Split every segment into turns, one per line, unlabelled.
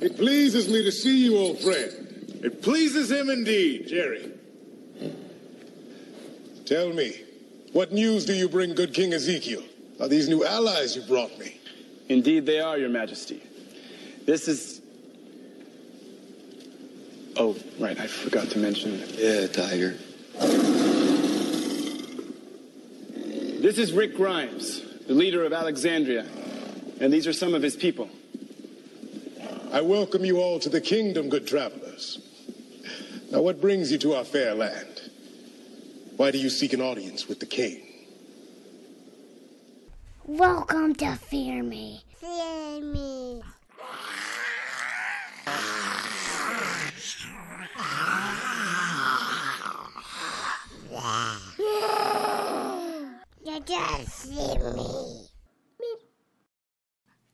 It pleases me to see you, old friend. It pleases him indeed, Jerry. Tell me, what news do you bring good King Ezekiel? Are these new allies you brought me?
Indeed, they are, Your Majesty. This is. Oh, right, I forgot to mention.
Yeah, Tiger.
This is Rick Grimes, the leader of Alexandria, and these are some of his people.
I welcome you all to the kingdom, good travelers. Now, what brings you to our fair land? Why do you seek an audience with the king?
Welcome to Fear Me.
Fear me. You just see me.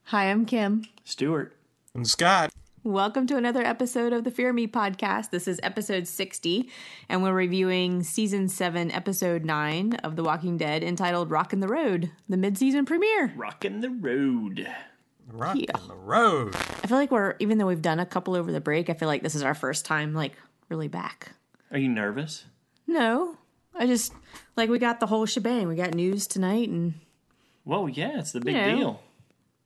Hi, I'm Kim.
Stuart.
And Scott,
Welcome to another episode of the Fear Me podcast. This is episode 60, and we're reviewing season 7, episode 9 of The Walking Dead entitled Rockin' the Road, the mid-season premiere.
Rocking the road.
rock on the road.
I feel like we're even though we've done a couple over the break, I feel like this is our first time like really back.
Are you nervous?
No. I just like we got the whole shebang. We got news tonight and
Whoa, yeah, it's the big
No.
deal.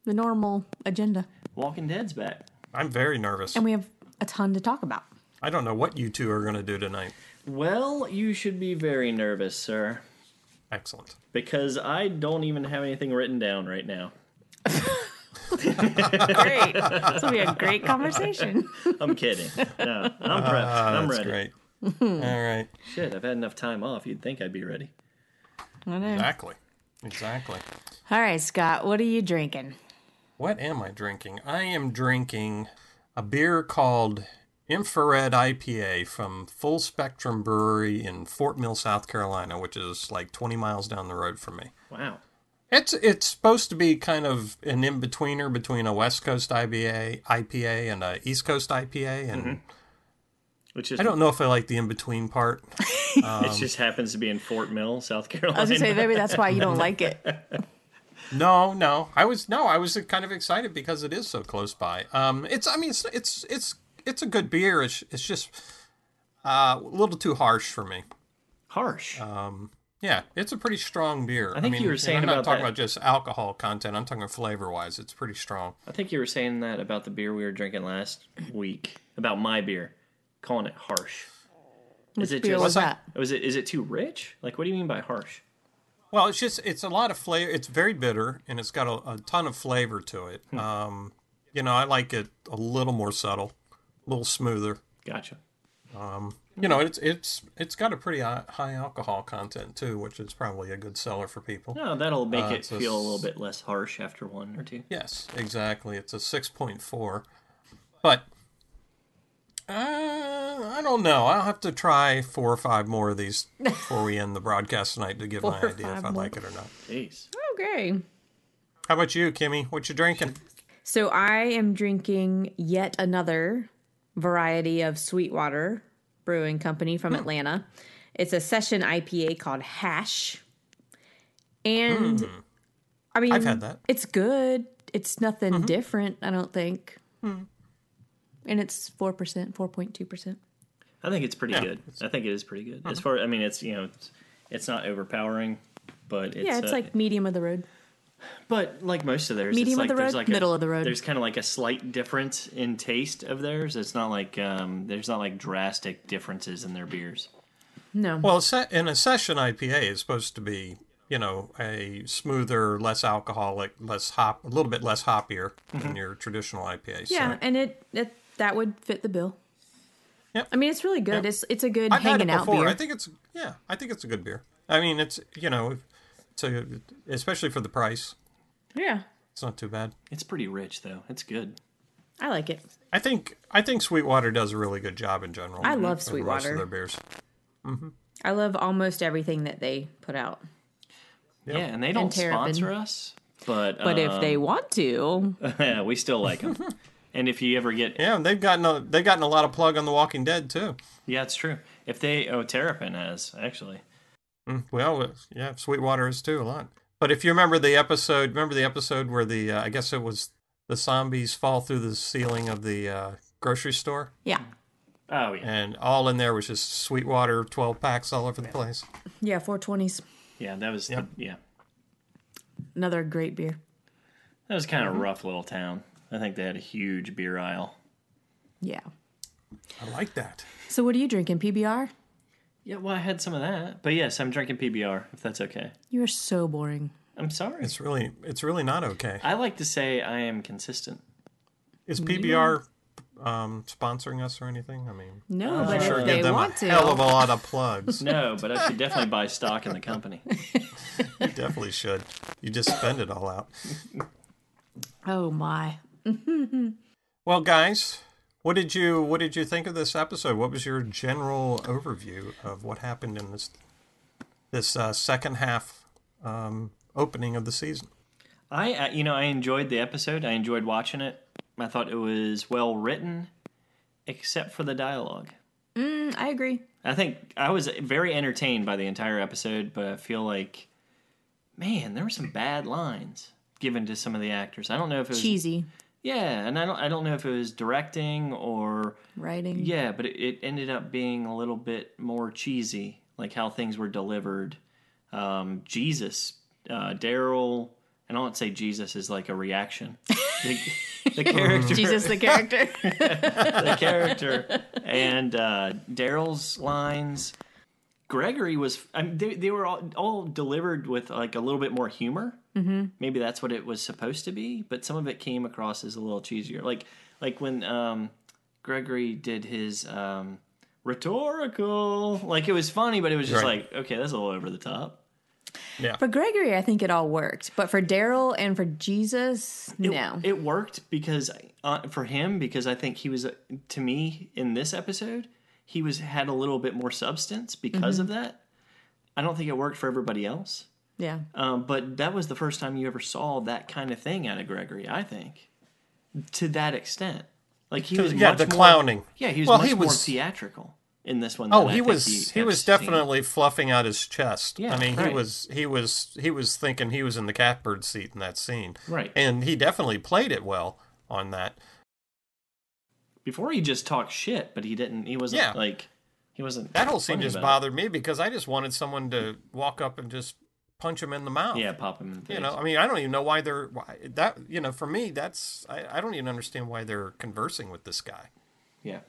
the normal agenda.
Walking Dead's back.
I'm very nervous.
And we have a ton to talk about.
I don't know what you two are going to do tonight.
Well, you should be very nervous, sir,
Excellent.
because I don't even have anything written down right now.
Great. this will be a great conversation.
I'm kidding. No, I'm prepped. I'm
Ah, That's
ready.
great. All right.
Shit, I've had enough time off. You'd think I'd be ready.
I know.
Exactly. Exactly.
All right, Scott, what are you drinking?
What am I drinking? I am drinking a beer called Infrared IPA from Full Spectrum Brewery in Fort Mill, South Carolina, which is like 20 miles down the road from me.
Wow.
It's it's supposed to be kind of an in betweener between a West Coast IBA, IPA and a East Coast IPA, and
Which is
I don't know if I like the in between part.
it just happens to be in Fort Mill, South
I
Carolina.
was gonna say maybe that's why you don't like it.
No, no, I was no, I was kind of excited because it is so close by. Um, it's I mean it's it's it's it's a good beer. It's it's just uh, a little too harsh for me.
Harsh.
Uh, Yeah, it's a pretty strong beer. I
think
mean,
you were
and
saying
I'm not
about
talking
that-
about just alcohol content. I'm talking flavor wise. It's pretty strong.
I think you were saying that about the beer we were drinking last week, about my beer, calling it harsh. Is it
beer
just
was that?
Was it Oh, is it too rich? Like, what do you mean by harsh?
Well, it's just it's a lot of flavor. It's very bitter and it's got a, a ton of flavor to it.
Hmm.
Um, you know, I like it a little more subtle, a little smoother.
Gotcha.
you know it's it's it's got a pretty hi- high alcohol content too which is probably a good seller for people
No, Oh, that'll make it
it's a
feel a
s-
little bit less harsh after one or two.
yes exactly it's a 6.4 but uh, i don't know i'll have to try four or five more of these before we end the broadcast tonight to give my
Four or
idea if
five
i
more.
like it or not
Jeez.
Okay.
how about you kimmy what you drinking
So I am drinking yet another variety of Sweetwater Brewing Company from
Hmm.
Atlanta. It's a session IPA called Hash. And
Hmm.
I mean
I've had that.
It's good. It's nothing
Mm-hmm.
different, I don't think.
Hmm.
And it's 4%, 4.2%.
I think it's pretty good. I think it is pretty good. As far I mean, it's you know, it's, it's not overpowering, but it's
yeah, it's
uh,
like medium of the road.
But like most of theirs,
Medium of
it's like
the
there's
road,
like
middle
a,
of the road.
There's kind of like a slight difference in taste of theirs. It's not like um, there's not like drastic differences in their beers.
No.
well a se- and a session ipa is supposed to be you know a smoother less alcoholic less hop a little bit less hoppier than your traditional ipa
Mm-hmm.
so-
yeah, and it, it that would fit the bill.
Yep.
I mean, it's really good. It's it's a good
I've
hanging
had it
out
before.
beer.
I think it's yeah. I think it's a good beer. I mean, it's you know, it's a, especially for the price,
yeah,
it's not too bad.
It's pretty rich though. It's good.
I like it.
I think I think Sweetwater does a really good job in general.
I love
with the rest
Sweetwater.
of their beers.
I love almost everything that they put out.
Yeah, and they don't
terrapin.
sponsor us, but
But
um,
if they want to,
yeah, we still like them. and if you ever get
Yeah, and they've gotten a they've gotten a lot of plug on The Walking Dead too.
yeah, it's true. If they oh Terrapin has actually
Mm, Well, uh, yeah, Sweetwater is too a lot. But if you remember the episode, remember the episode where the uh, I guess it was the zombies fall through the ceiling of the uh, grocery store,
Yeah.
Oh yeah,
and all in there was just Sweetwater twelve packs all over the place.
Yeah, 420s.
yeah. That was the, yeah.
Another great beer.
That was kind of a rough little town. I think they had a huge beer aisle.
Yeah.
I like that.
So what are you drinking? PBR?
Yeah, well, I had some of that, but yes, I'm drinking PBR if that's okay.
You are so boring.
I'm sorry.
It's really, it's really not okay.
I like to say I am consistent.
Is PBR um, sponsoring us or anything? I mean,
No, but
sure,
if
give
they
them
want
a
to.
hell of a lot of plugs.
No, but I should definitely buy stock in the company.
you definitely should. You just spend it all out.
oh my.
Well, guys, what did you what did you think of this episode? What was your general overview of what happened in this this uh, second half um, opening of the season?
I, uh, you know, I enjoyed the episode. I enjoyed watching it. I thought it was well written, except for the dialogue.
Mm, I agree.
I think I was very entertained by the entire episode, but I feel like, man, there were some bad lines given to some of the actors. I don't know if it was
Cheesy
yeah, and I don't, I don't know if it was directing or
writing.
Yeah, but it, it ended up being a little bit more cheesy, like how things were delivered. Um, Jesus, uh, Daryl, and I don't say Jesus is like a reaction. The, the character,
Jesus the character.
the character, and uh, Daryl's lines. Gregory was, I mean, they, they were all, all delivered with like a little bit more humor. Mm-hmm. Maybe that's what it was supposed to be, but some of it came across as a little cheesier. Like, like when um, Gregory did his um, rhetorical, like it was funny, but it was just
Right.
like, okay, that's a little over the top.
for Gregory, I think it all worked. But for Daryl and for Jesus,
It-
no.
it worked because uh, for him because I think he was uh, to me in this episode he was had a little bit more substance because of that. I don't think it worked for everybody else,
yeah.
um, but that was the first time you ever saw that kind of thing out of Gregory. I think to that extent, like he
To-
was
yeah,
much
the
more-
clowning.
Yeah, he was
Well,
much
he
more
was-
theatrical in this one.
Oh,
than I
he
think
was he,
had
was
seen.
definitely fluffing out his chest.
Yeah,
I mean,
right.
he was he was he was thinking he was in the catbird seat in that scene.
Right.
And he definitely played it well on that.
before he just talked shit, but he didn't. He wasn't
Yeah.
like he wasn't.
That whole scene
funny
just
about it.
bothered me because I just wanted someone to walk up and just punch him in the mouth.
Yeah, pop him in the face.
You know, I mean, I don't even know why they're why that. You know, for me, that's I, I don't even understand why they're conversing with this guy.
yeah.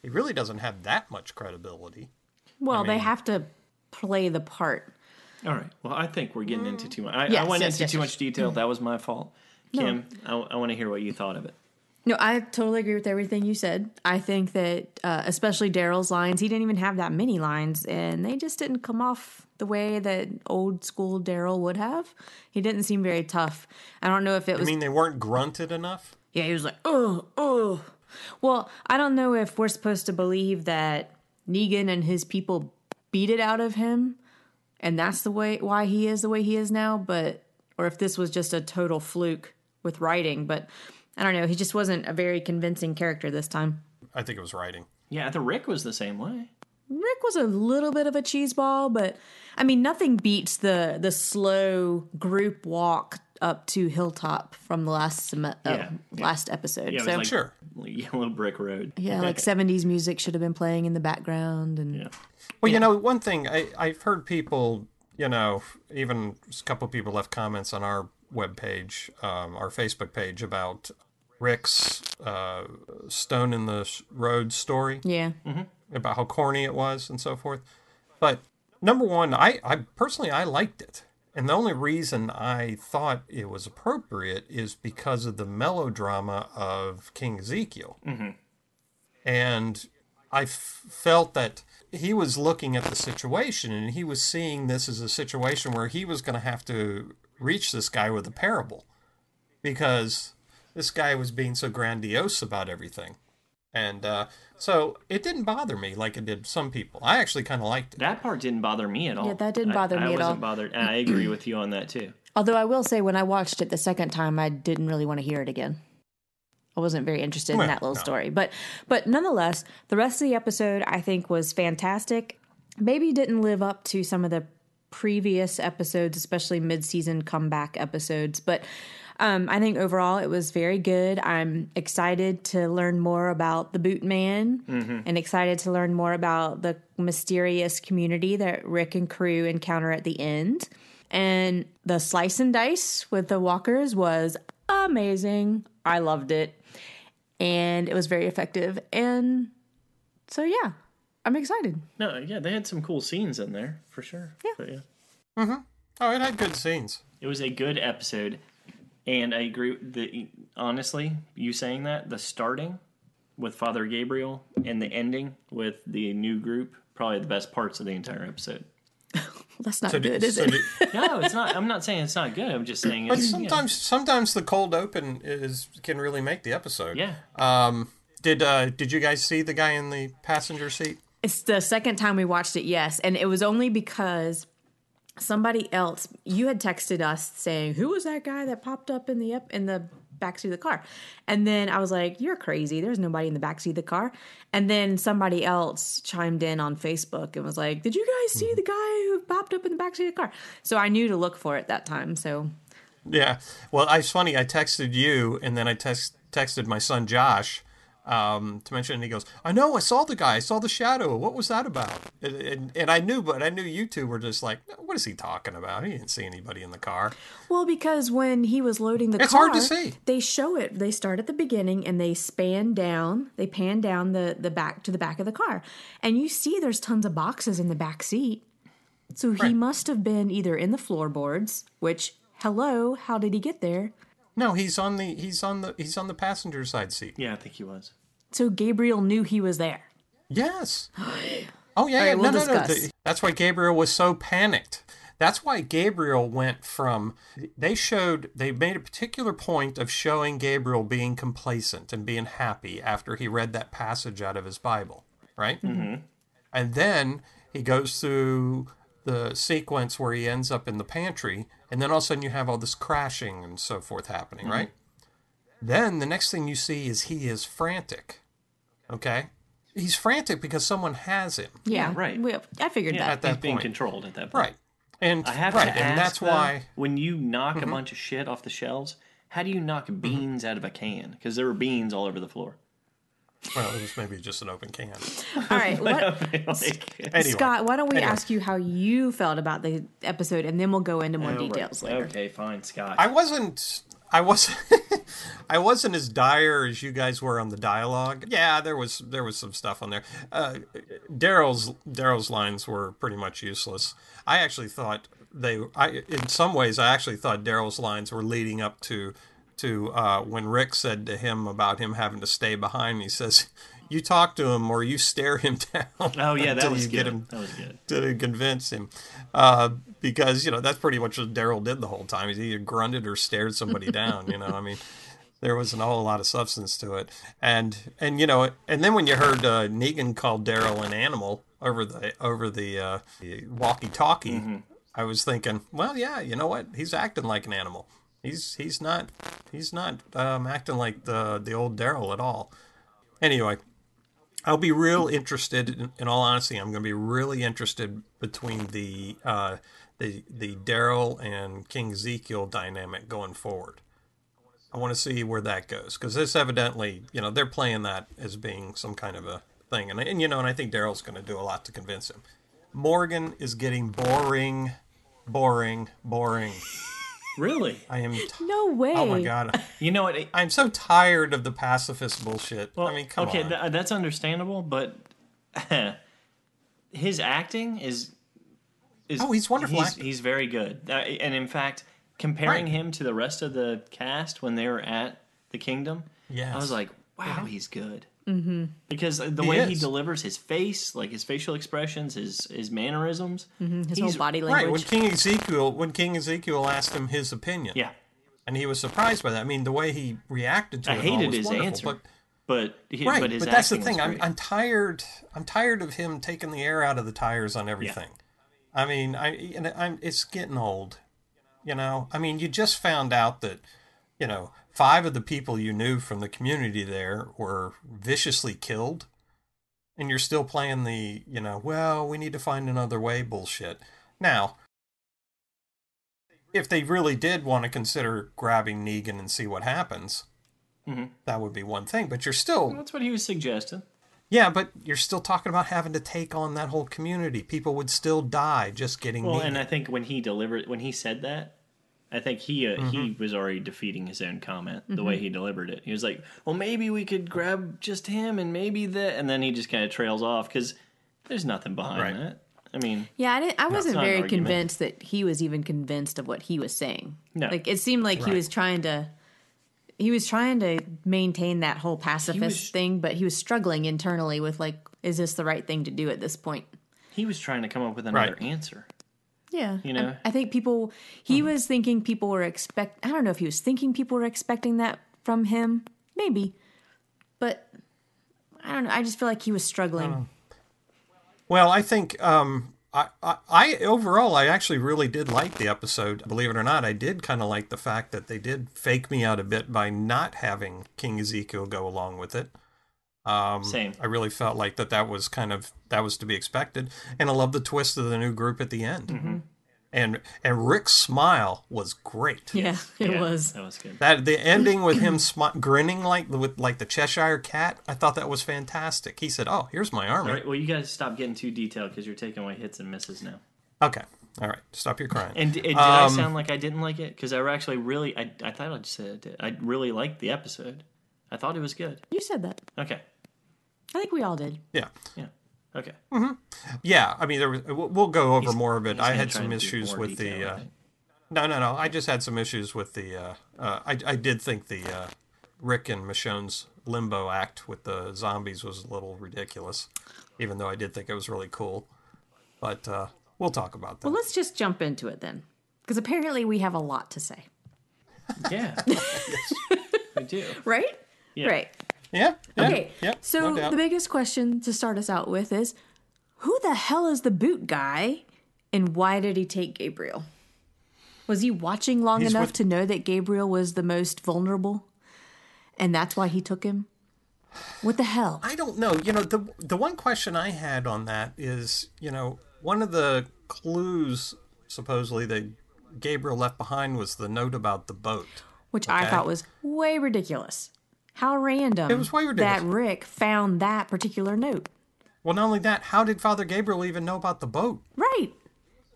He really doesn't have that much credibility.
Well, they have to play the part.
All right. Well, I think we're getting into too much. I, I
Mm. Yes,
went
yes,
into
yes, Mm.
too
yes.
much detail. That was my fault. Kim, I, I want to hear what you thought of it.
No, I totally agree with everything you said. I think that, uh, especially Daryl's lines, he didn't even have that many lines, and they just didn't come off the way that old school Daryl would have. He didn't seem very tough. I don't know if it
I
was
mean, they weren't grunted enough.
Yeah, he was like, oh, oh. Well, I don't know if we're supposed to believe that Negan and his people beat it out of him, and that's the way why he is the way he is now, but or if this was just a total fluke with writing, but I don't know. He just wasn't a very convincing character this time.
I think it was writing.
Yeah, I think Rick was the same way.
Rick was a little bit of a cheese ball, but I mean, nothing beats the the slow group walk up to Hilltop from the last sem- uh,
Yeah, yeah.
last episode.
Yeah, it was
so
like
Sure.
Yellow Brick Road.
Yeah, like 70s music should have been playing in the background. And
Yeah.
Well, you know, one thing I, I've heard people, you know, even a couple people left comments on our webpage, um, our Facebook page about Rick's uh, Stone in the S- Road story,
yeah,
about how corny it was and so forth. But number one, I, I personally, I liked it. And the only reason I thought it was appropriate is because of the melodrama of King Ezekiel and I f- felt that he was looking at the situation and he was seeing this as a situation where he was going to have to reach this guy with a parable because this guy was being so grandiose about everything. And uh, so it didn't bother me like it did some people. I actually kind of liked it.
That part didn't bother me at all.
Yeah, that didn't bother
I,
me
I
at
wasn't
all.
bothered. And I agree with you on that too.
Although I will say, when I watched it the second time, I didn't really want to hear it again. I wasn't very interested
Well,
in that little
no.
story, but but nonetheless, the rest of the episode I think was fantastic. Maybe didn't live up to some of the previous episodes, especially mid-season comeback episodes. But um, I think overall it was very good. I'm excited to learn more about the Boot Man
Mm-hmm.
and excited to learn more about the mysterious community that Rick and crew encounter at the end. And the slice and dice with the walkers was amazing. I loved it. And it was very effective. And so, yeah, I'm excited.
No, yeah, they had some cool scenes in there for sure. Yeah. But yeah.
Oh, it had good scenes.
It was a good episode, and I agree. with The honestly, you saying that the starting with Father Gabriel and the ending with the new group probably the best parts of the entire episode.
Well, that's not
So
Oh, good,
did-
is
so
it?
did-
No, it's not. I'm not saying it's not good. I'm just saying
but
it's you know,
sometimes, sometimes the cold open is can really make the episode.
yeah.
Um, did uh, did you guys see the guy in the passenger seat?
It's the second time we watched it, yes. And it was only because somebody else you had texted us saying, Who was that guy that popped up in the up in the backseat of the car? And then I was like, You're crazy. There's nobody in the backseat of the car. And then somebody else chimed in on Facebook and was like, Did you guys see the guy who popped up in the backseat of the car? So I knew to look for it that time. So
Yeah. Well, I, it's funny. I texted you, and then I text, texted my son Josh um, to mention, it, and he goes, "I know. I saw the guy. I saw the shadow. What was that about?" And, and, and I knew, but I knew you two were just like, "What is he talking about? He didn't see anybody in the car."
Well, because when he was loading the
It's
car,
hard to see.
they show it. They start at the beginning and they span down. They pan down the the back to the back of the car, and you see there's tons of boxes in the back seat. So he must have been either in the floorboards, which hello, how did he get there?
No, he's on the he's on the he's on the passenger side seat.
Yeah, I think he was.
So Gabriel knew he was there.
Yes. Oh yeah. yeah.
right, we'll
no, no, no.
discuss.
The- That's why Gabriel was so panicked. That's why Gabriel went from they showed they made a particular point of showing Gabriel being complacent and being happy after he read that passage out of his Bible, right? Mm-hmm. And then he goes through the sequence where he ends up in the pantry, and then all of a sudden you have all this crashing and so forth happening,
Mm-hmm.
right? Then the next thing you see is he is frantic. Okay? He's frantic because someone has him.
Yeah,
right.
We, I figured
Yeah,
that.
that
he's being
point.
controlled at that point.
Right. And
I have
right,
to ask,
and that's
though,
why Mm-hmm.
when you knock a bunch of shit off the shelves, how do you knock beans out of a can? Because there were beans all over the floor.
well, it was maybe just an open can.
All right, what,
Like-
Anyway,
Scott, why don't we ask you how you felt about the episode, and then we'll go into more details later.
Okay, fine, Scott.
I wasn't I wasn't I wasn't as dire as you guys were on the dialogue. Yeah, there was there was some stuff on there. Uh, Daryl's Daryl's lines were pretty much useless. I actually thought they I in some ways I actually thought Daryl's lines were leading up to to uh, when Rick said to him about him having to stay behind. He says, "You talk to him or you stare him down."
oh yeah, that
until
was
you
good.
get him
That was good.
to convince him uh, because you know that's pretty much what daryl did the whole time he either grunted or stared somebody down you know i mean there wasn't a whole lot of substance to it and and you know and then when you heard uh, negan call daryl an animal over the over the, uh, walkie talkie i was thinking well yeah you know what he's acting like an animal he's he's not he's not um, acting like the the old daryl at all anyway I'll be real interested. In, in all honesty, I'm going to be really interested between the uh, the the Daryl and King Ezekiel dynamic going forward. I want to see where that goes because this evidently, you know, they're playing that as being some kind of a thing, and and you know, and I think Daryl's going to do a lot to convince him. Morgan is getting boring, boring, boring.
Really?
I am. T-
No way.
Oh my god,
You know what? it-
I'm so tired of the pacifist bullshit. I mean, come
okay,
on.
tha- that's understandable, but his acting is is
Oh, he's wonderful
He's,
actor.
he's very good, Uh, and in fact, comparing
Right.
him to the rest of the cast when they were at the Kingdom,
Yes.
I was like, wow, he's good. Mm-hmm. Because the
He
way he
is.
delivers his face, like his facial expressions, his his mannerisms,
His whole body
Right, when
language.
King Ezekiel when King Ezekiel asked him his opinion.
yeah,
And he was surprised by that. I mean, the way he reacted to
I
it all
hated
was
his
wonderful,
answer,
But,
but but, he,
right,
but
but,
his
that's the
acting was
thing. I'm,
great.
I'm tired. I'm tired of him taking the air out of the tires on everything. I mean, I and I'm it's getting old. You know, I mean, you just found out that you know five of the people you knew from the community there were viciously killed, and you're still playing the you know well we need to find another way bullshit. Now if they really did want to consider grabbing Negan and see what happens,
Mm-hmm.
that would be one thing. But you're still,
That's what he was suggesting.
yeah, but you're still talking about having to take on that whole community. People would still die just getting
Well,
Negan.
and I think when he delivered, when he said that, I think he uh, he
Mm-hmm.
was already defeating his own comment the way he delivered it. He was like, "Well, maybe we could grab just him, and maybe that," and then he just kind of trails off because there's nothing behind
Right.
that. I mean,
Yeah, I, didn't, I wasn't
not an
very
argument.
convinced that he was even convinced of what he was saying.
No.
Like it seemed like he
Right.
was trying to he was trying to maintain that whole pacifist
was-
thing, but he was struggling internally with like is this the right thing to do at this point?
he was trying to come up with another
Right.
answer.
Yeah. You
know? Hmm.
I, I think people he was thinking people were expect I don't know if he was thinking people were expecting that from him. Maybe. But I don't know. I just feel like he was struggling.
Oh.
Well, I think um, I, I, I overall I actually really did like the episode. Believe it or not, I did kind of like the fact that they did fake me out a bit by not having King Ezekiel go along with it. Um,
Same.
I really felt like that that was kind of that was to be expected, and I love the twist of the new group at the end.
Mm-hmm.
And and Rick's smile was great.
yeah, it
Yeah, Oh.
was.
that was good.
That the ending with him smi- grinning like with like the Cheshire cat, I thought that was fantastic. He said, "Oh, here's my armor."
All right, well, you guys stop getting too detailed because you're taking away hits and misses now.
Okay, all right, stop your crying.
And, d- did I
um,
sound like I didn't like it? Because I actually really, I, I thought I just said I did. I really liked the episode. I thought it was good.
You said that.
Okay.
I think we all did.
yeah.
Yeah. Okay.
Yeah, I mean, there was, we'll we'll go over more of it.
He's
I
gonna
had
try
some
and do
issues
more
with the.
detail, I
Uh,
think.
no, no, no. I just had some issues with the. Uh, uh, I I did think the uh, Rick and Michonne's limbo act with the zombies was a little ridiculous, even though I did think it was really cool. But uh, we'll talk about that.
Well, let's just jump into it then, because apparently we have a lot to say,
Yeah. I do.
right? Right.
yeah, yeah.
Okay.
Yeah.
so
no doubt.
the biggest question to start us out with is, who the hell is the boot guy, and why did he take Gabriel? Was he watching long
He's
enough
with-
to know that Gabriel was the most vulnerable, and that's why he took him? What the hell?
I don't know. You know, the the one question I had on that is, you know, one of the clues supposedly that Gabriel left behind was the note about the boat.
Which I
Okay.
thought was way ridiculous. How random!
It was way ridiculous.
that Rick found that particular note.
Well, not only that, how did Father Gabriel even know about the boat?
Right.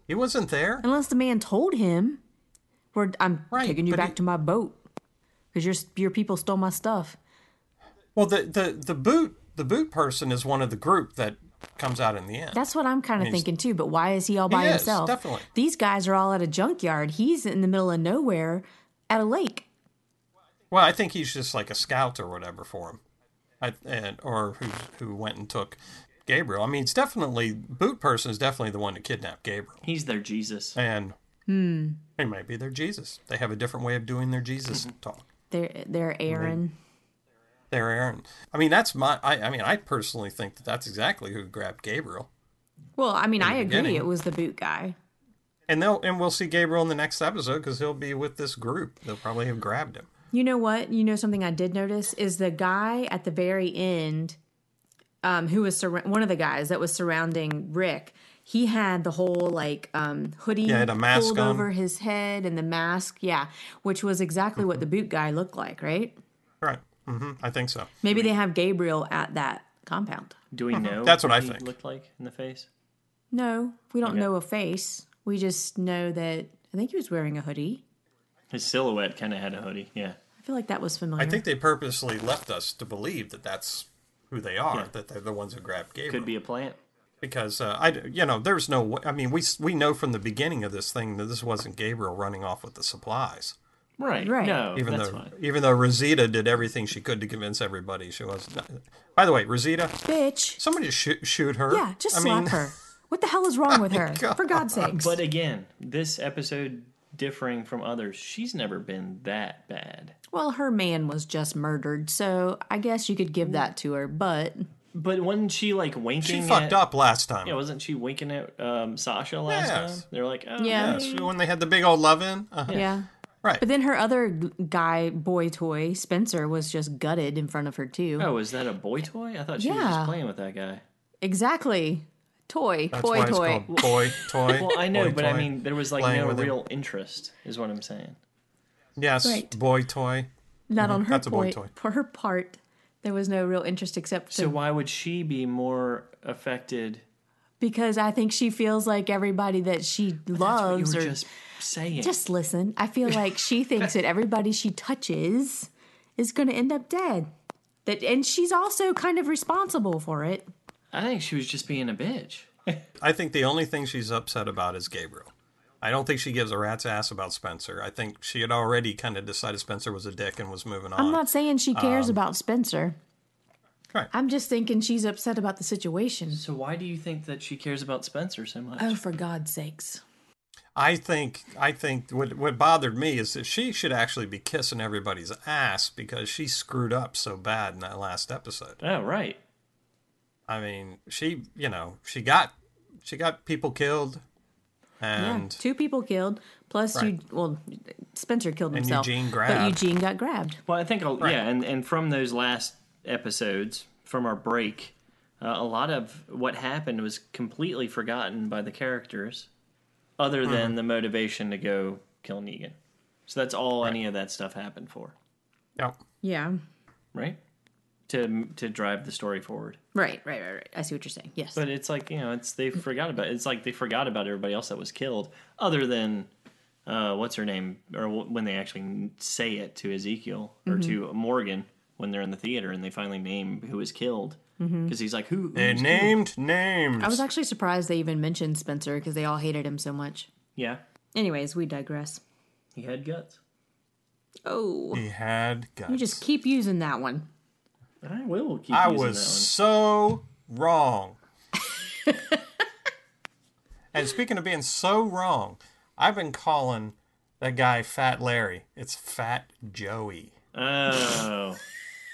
He wasn't there.
unless the man told him, "We're I'm
Right,
taking you
but
back
it-
to my boat because your your people stole my stuff."
Well, the the the boot the boot person is one of the group that comes out in the end.
That's what I'm kind of
he's-
thinking too. But why is he all by
is,
himself?
definitely.
These guys are all at a junkyard. He's in the middle of nowhere at a lake.
well, I think he's just like a scout or whatever for him, I, and or who who went and took Gabriel. I mean, it's definitely boot person is definitely the one to kidnap Gabriel,
He's their Jesus.
and it might be their Jesus. They have a different way of doing their Jesus talk.
They're they're Aaron.
Their Aaron. I mean, that's my. I, I mean, I personally think that that's exactly who grabbed Gabriel.
Well, I mean, I agree.
beginning.
It was the boot guy.
And they'll and we'll see Gabriel in the next episode because he'll be with this group. They'll probably have grabbed him.
You know what? You know something I did notice is the guy at the very end, um, who was surra- one of the guys that was surrounding Rick. He had the whole like um, hoodie
Yeah, he had a mask
pulled
on.
over his head and the mask, yeah, which was exactly what the
Mm-hmm.
boot guy looked like, right?
Right. hmm I think so.
Maybe they have Gabriel at that compound.
Do we know
Mm-hmm. That's what I
he
think.
looked like in the face?
No, we don't know a face. We just know that I think he was wearing a hoodie.
His silhouette kind of had a hoodie. Yeah.
I feel like that was familiar.
Mm-hmm.
I think they purposely left us to believe that that's who they are. That they're the ones who grabbed Gabriel.
Could be a plant.
because uh, I you know there's no wa- I mean we s- we know from the beginning of this thing that this wasn't Gabriel running off with the supplies.
Right.
Right.
No,
Even
that's
though
fine.
even though Rosita did everything she could to convince everybody she was. Not, by the way, Rosita,
bitch.
somebody just shoot shoot her.
Yeah, just
I
slap
mean,
her. What the hell is wrong with her?
God.
For God's sakes.
But again, this episode differing from others, she's never been that bad.
Well, her man was just murdered, so I guess you could give that to her, but
But wasn't she like
She
winking? at-
fucked up last time.
Yeah, wasn't she winking at um, Sasha last
Yes.
time? They're like, oh,
Yeah.
yeah,
Yes, when they had the big old love in. Uh-huh.
yeah.
Right.
But then her other g- guy boy toy, Spencer, was just gutted
Oh.
in front of her too.
Oh, is that a boy toy? I thought she was
Yeah.
just playing with that guy.
Exactly. Toy,
That's
toy,
why it's
toy.
called toy, toy.
Well, I know,
boy
but I
toy.
mean, there was like
Playing
no
with him.
real interest, is what I'm saying.
yes,
Right.
boy toy.
Not on her
Mm-hmm. That's a boy
point.
toy.
For her part, there was no real interest except
So
to,
why would she be more affected?
because I think she feels like everybody that she
That's what you
loves
were
or
just saying.
just listen. I feel like she thinks that everybody she touches is going to end up dead. That and she's also kind of responsible for it.
I think she was just being a bitch.
I think the only thing she's upset about is Gabriel. I don't think she gives a rat's ass about Spencer. I think she had already kind of decided Spencer was a dick and was moving on.
I'm not saying she cares
um,
about Spencer.
Right.
I'm just thinking she's upset about the situation.
So why do you think that she cares about Spencer so much?
Oh, for God's sakes.
I think I think what what bothered me is that she should actually be kissing everybody's ass because she screwed up so bad in that last episode.
Oh, right.
I mean, she you know she got she got people killed,
Yeah,
and
two people killed. Plus,
Right.
you well, Spencer killed
And
himself.
Eugene
But
grabbed.
Eugene got grabbed.
Well, I think, I'll yeah, and, and from those last episodes, from our break, uh, a lot of what happened was completely forgotten by the characters, other
Mm-hmm.
than the motivation to go kill Negan. So that's all any of that stuff happened for,
Yep.
Yeah.
right? To to drive the story forward.
Right, right, right, right. I see what you're saying. Yes.
But it's like you know, it's they forgot about it's like they forgot about everybody else that was killed, other than uh, what's her name, or wh- when they actually say it to Ezekiel or to Morgan when they're in the theater and they finally name who was killed because he's like who
they
who's who?
named names.
I was actually surprised they even mentioned Spencer because they all hated him so much.
yeah
Anyways, we digress.
he had guts.
Oh,
he had guts.
you just keep using that one.
I will keep.
I
using
was
that
so wrong. and speaking of being so wrong, I've been calling that guy Fat Larry. It's Fat Joey.
one. Oh,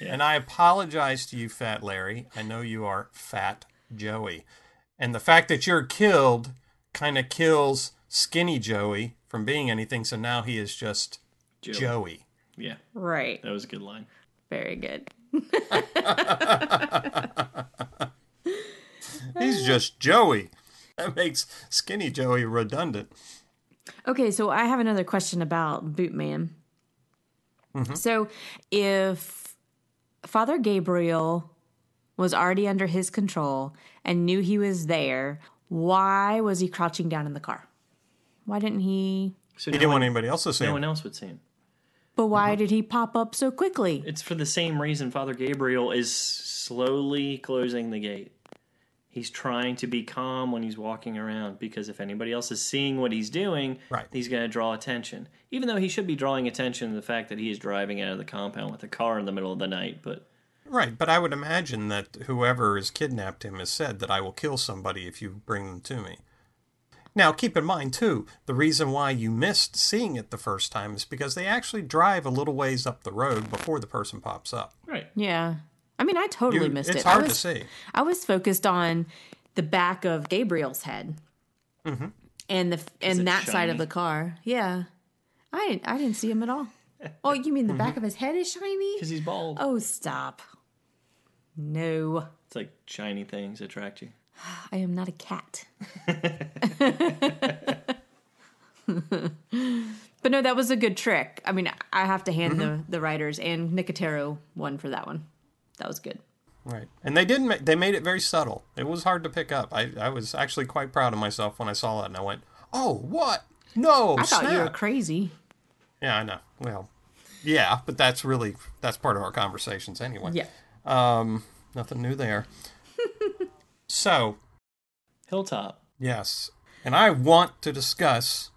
And I apologize to you, Fat Larry. I know you are Fat Joey. And the fact that you're killed kind of kills Skinny Joey from being anything. So now he is just
Joey.
Joey.
yeah,
Right.
that was a good line.
Very good.
He's just Joey. That makes Skinny Joey redundant.
Okay, so I have another question about Bootman.
Mm-hmm.
So, if Father Gabriel was already under his control and knew he was there, why was he crouching down in the car? Why didn't he?
So
He
no
didn't
one,
want anybody else to see
no
him.
one else would see him.
But why
Mm-hmm.
did he pop up so quickly?
It's for the same reason Father Gabriel is slowly closing the gate. He's trying to be calm when he's walking around because if anybody else is seeing what he's doing,
Right.
he's going to draw attention. Even though he should be drawing attention to the fact that he is driving out of the compound with a car in the middle of the night, but
Right, but I would imagine that whoever has kidnapped him has said that I will kill somebody if you bring them to me. Now, keep in mind, too, the reason why you missed seeing it the first time is because they actually drive a little ways up the road before the person pops up.
right.
Yeah. I mean, I totally
You-
missed
it's
it. I
hard
was,
to see.
I was focused on the back of Gabriel's head. And the
it
and that side
shiny?
of the car. Yeah. I didn't I didn't see him at all. Oh, you mean the back of his head is shiny?
Cuz he's bald.
Oh, stop. No.
It's like shiny things attract you.
I am not a cat. but no, that was a good trick. I mean, I have to hand the, the writers and Nicotero one for that one. That was good.
Right, and they didn't. ma- They made it very subtle. It was hard to pick up. I, I was actually quite proud of myself when I saw that, and I went, "Oh, what? No,
I thought you were
Oh, snap."
crazy.
Yeah, I know. Well, yeah, but that's really that's part of our conversations anyway.
Yeah.
Um, nothing new there. so,
Hilltop.
yes. And I want to discuss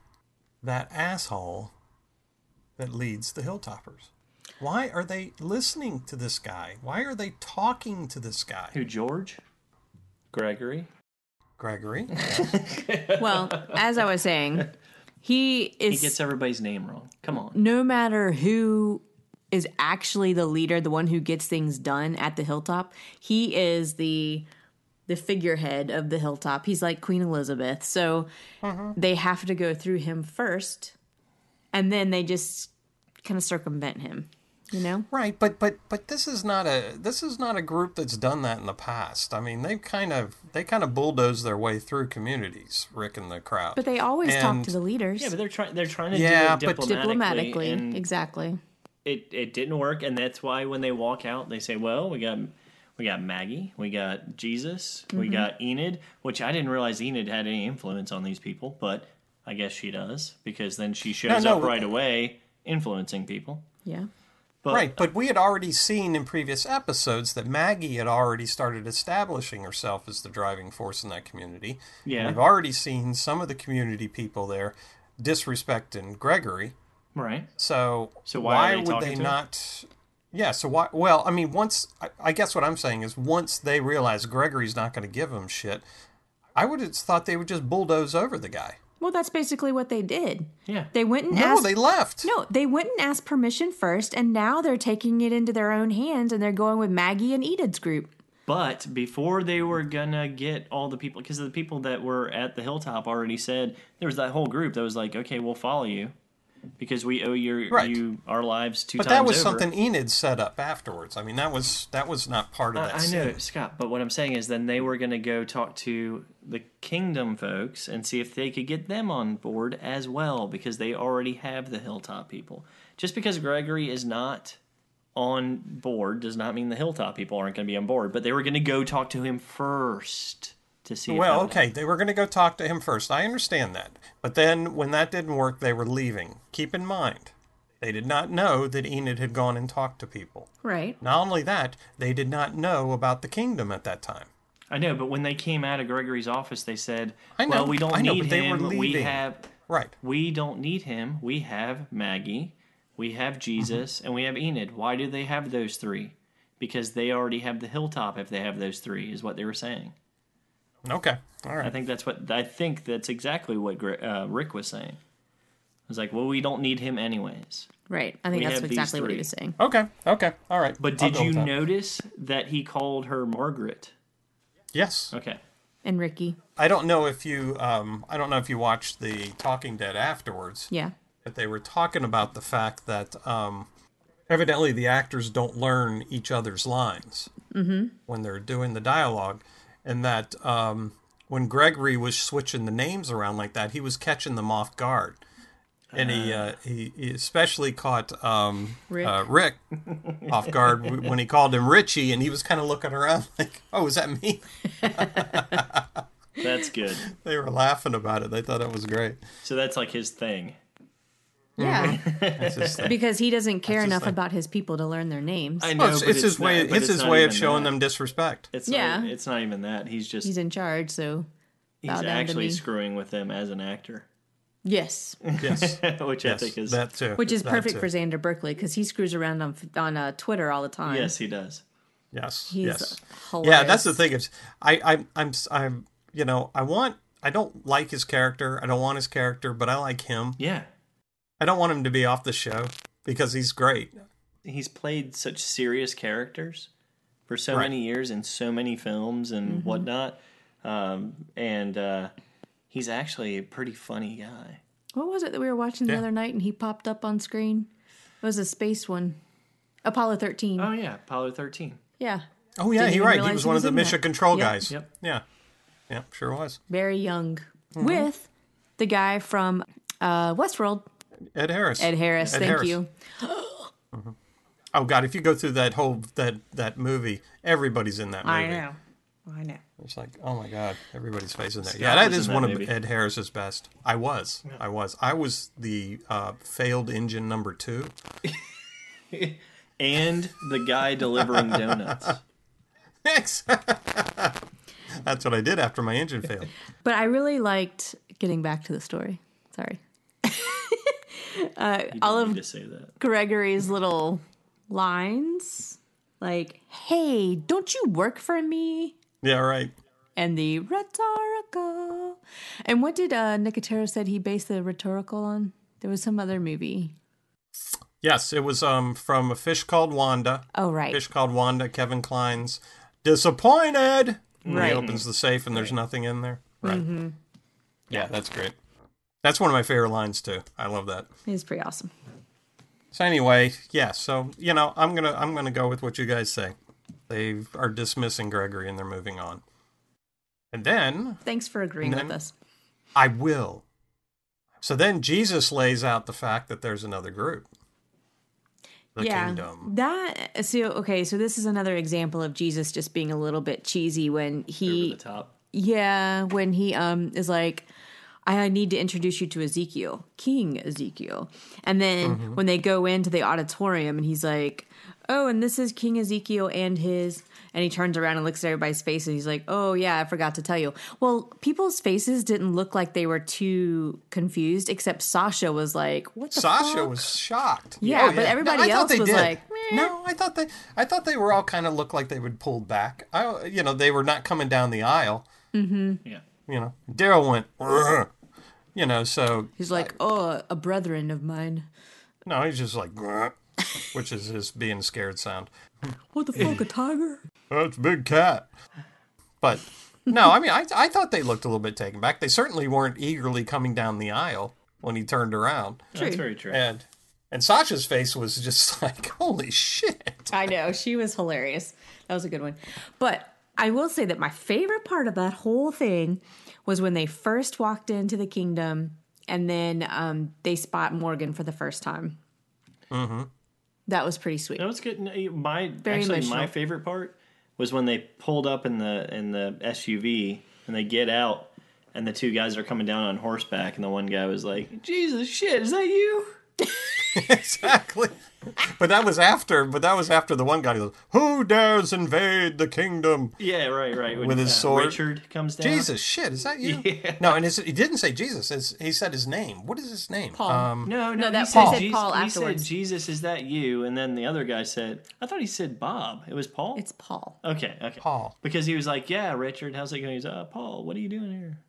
that asshole that leads the Hilltoppers. Why are they listening to this guy? Why are they talking to this guy?
Who George? Gregory?
Gregory?
Well, as I was saying, he
He
is
gets everybody's name wrong. Come on.
no matter who is actually the leader, the one who gets things done at the hilltop, he is the the figurehead of the hilltop. He's like Queen Elizabeth. So they have to go through him first and then they just kind of circumvent him You know?
Right, but but but this is not a this is not a group that's done that in the past. I mean, they've kind of they kind of bulldoze their way through communities, Rick and the crowd.
But they always talk
And-
to the leaders.
Yeah, but they're trying. They're trying to
Yeah,
do it
but-
diplomatically,
diplomatically.
and
exactly.
it it didn't work, and that's why when they walk out, they say, "Well, we got we got Maggie, we got Jesus, we
Mm-hmm.
got Enid," which I didn't realize Enid had any influence on these people, but I guess she does because then she shows
no,
up
we-
right away, influencing people.
Yeah.
But
right, but we had already seen in previous episodes that Maggie had already started establishing herself as the driving force in that community. And
Yeah.
we've already seen some of the community people there disrespecting Gregory.
right,
So,
So why are they
would
talking
they
to him?
not? Yeah. So why? Well, I mean, once I, I guess what I'm saying is once they realize Gregory's not going to give them shit, I would have thought they would just bulldoze over the guy.
Well, that's basically what they did.
yeah,
They went and
No,
asked
they left.
No, they went and asked permission first, and now they're taking it into their own hands and they're going with Maggie and Edith's group.
But before they were gonna get all the people, because the people that were at the hilltop already said there was that whole group that was like, "Okay, we'll follow you because we owe your
Right.
you our lives two
But
times
that was
over."
something Enid set up afterwards. I mean, that was that was not part of
I,
that.
I
scene.
know, Scott. But what I'm saying is, then they were gonna go talk to the kingdom folks and see if they could get them on board as well because they already have the hilltop people. Just because Gregory is not on board does not mean the hilltop people aren't gonna be on board. But they were gonna go talk to him first to see. if that
Well,
would
okay, they were going to go talk to him first. I understand that. But then when that didn't work, they were leaving. Keep in mind, they did not know that Enid had gone and talked to people.
Right.
Not only that, they did not know about the kingdom at that time.
I know, but when they came out of Gregory's office, they said,
I know,
"Well, we don't
I know,
need
but they were
him. We
leaving.
have,
Right.
we don't need him. We have Maggie, we have Jesus, and we have Enid. Why do they have those three? Because they already have the hilltop. If they have those three, is what they were saying.
Okay. All
I
right.
think that's what I think that's exactly what Gre- uh, Rick was saying. I was like, "Well, we don't need him anyways."
Right. I think
We
that's
have these
exactly what he
three.
was saying.
Okay. Okay. All right.
But
I'll
did
go
you
with that.
notice that he called her Margaret?
Yes.
Okay.
And Ricky.
I don't know if you um I don't know if you watched the Talking Dead afterwards,
Yeah.
but they were talking about the fact that um evidently the actors don't learn each other's lines when they're doing the dialogue and that um when Gregory was switching the names around like that, he was catching them off guard. And he, uh, he he especially caught um, Rick, uh, Rick off guard w- when he called him Richie, and he was kind of looking around like, "Oh, is that me?"
That's good.
They were laughing about it. They thought it was great.
so that's like his thing.
Yeah.
It's just like-
because he doesn't care
just
enough
like-
about his people to learn their names.
I know,
Well, it's,
but
it's his
not-
way.
but
It's, his
not
way of
even
showing
that.
them disrespect.
It's
Yeah.
Not, it's not even that. He's just
He's
he's,
in charge, so bow down to
actually
me.
screwing with them as an actor,
yes,
Yes,
which I
yes,
think is
that too.
which is
That
perfect
too.
for Xander Berkeley because he screws around on on uh, Twitter all the time.
yes, he does.
Yes,
he's
yes.
hilarious.
Yeah, that's the thing. Is I, I, I'm, s- I'm, you know, I want. I don't like his character. I don't want his character, but I like him.
Yeah,
I don't want him to be off the show because he's great.
he's played such serious characters for so
Right.
many years in so many films and whatnot, um, and uh, he's actually a pretty funny guy.
What was it that we were watching the
Yeah.
other night and he popped up on screen? It was a space one, Apollo thirteen.
Oh yeah, Apollo thirteen.
yeah,
Oh yeah,
Didn't
he
even
right. He
realize
was
he
one
was
of the
in that.
mission control
Yep.
guys.
Yep.
Yeah, yeah, sure was.
very young, with the guy from uh, Westworld,
Ed Harris.
Ed Harris.
Ed
thank
Harris.
you.
Oh god, if you go through that whole that that movie, everybody's in that movie.
I know.
It's like, oh my god, everybody's facing that.
Scott
Yeah, that
was
is
in
one
that
of
movie.
Ed Harris's best. I was, I was, I was the uh, failed engine number two.
And the guy delivering donuts.
Thanks. That's what I did after my engine failed.
But I really liked getting back to the story. Sorry.
All of to say that.
Gregory's little lines like, hey, don't you work for me?
Yeah, right.
And the rhetorical. And what did uh, Nicotero said he based the rhetorical on? There was some other movie.
Yes, it was um from a fish called Wanda.
Oh, right.
Fish called Wanda. Kevin Klein's disappointed. When
Right. Mm-hmm.
He opens the safe and there's nothing in there. Right. Yeah, that's great. That's one of my favorite lines too. I love that.
It was pretty awesome.
So anyway, yeah. So you know, I'm gonna I'm gonna go with what you guys say. They are dismissing Gregory and they're moving on. And then
Thanks for agreeing
And
with
then-
us.
I will. So then Jesus lays out the fact that there's another group, the kingdom.
That so okay, so this is another example of Jesus just being a little bit cheesy when
Over the
he
top.
yeah, when he um is like I need to introduce you to Ezekiel, King Ezekiel. And then
Mm-hmm.
when they go into the auditorium and he's like, "Oh, and this is King Ezekiel and his" and he turns around and looks at everybody's face and he's like, "Oh yeah, I forgot to tell you." Well, people's faces didn't look like they were too confused except Sasha was like, "What the
Sasha
fuck?
was shocked. Oh,
Yeah, but everybody
I thought
else
they
was
did.
like,
no, I thought they, I thought they were all kind of looked like they would pull back. I, you know, they were not coming down the aisle.
Yeah.
You know, Daryl went, "Grr." you know, so
He's like, "Oh, a brethren of mine."
no, he's just like, "Grr," which is his being scared sound.
What the fuck, a tiger?
That's a big cat. But no, I mean, I, I thought they looked a little bit taken back. They certainly weren't eagerly coming down the aisle when he turned around.
That's very true.
And and Sasha's face was just like, holy shit.
I know she was hilarious. That was a good one. But I will say that my favorite part of that whole thing was when they first walked into the kingdom, and then um, they spot Morgan for the first time. Mm-hmm. That was pretty sweet.
No, it's good. No, you- My actually,
emotional.
my favorite part was when they pulled up in the in the SUV and they get out, and the two guys are coming down on horseback, and the one guy was like, "Jesus shit, is that you?"
exactly. But that was after, but that was after the one guy who goes, who dares invade the kingdom?
Yeah, right, right. When,
With his
uh,
sword.
Richard comes down.
Jesus shit, is that you? No, and his, he didn't say Jesus. It's, he said his name. What is his name?
Paul.
Um,
No, no,
No,
he
that-
said,
they said
"Jesus-
Paul
he
afterwards.
said, "Jesus, is that you?" And then the other guy said, "I thought he said Bob. It was Paul."
It's Paul.
okay, okay.
Paul.
Because he was like, "Yeah, Richard, how's it going?" He's, "Uh, Paul, what are you doing here?"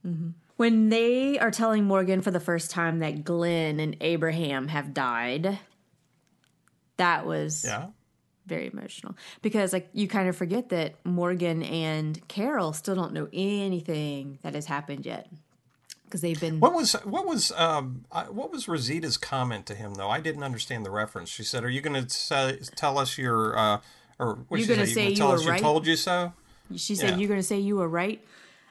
When they are telling Morgan for the first time that Glenn and Abraham have died, that was
Yeah.
very emotional because like you kind of forget that Morgan and Carol still don't know anything that has happened yet because they've been
What was what was um I- what was Rosita's comment to him though? I didn't understand the reference. She said, "Are you going to tell us your uh or what
You're
she
gonna
say,
say
you
you
tell
were
us
right?"
you told you so?"
she said
yeah.
you're going to say you were right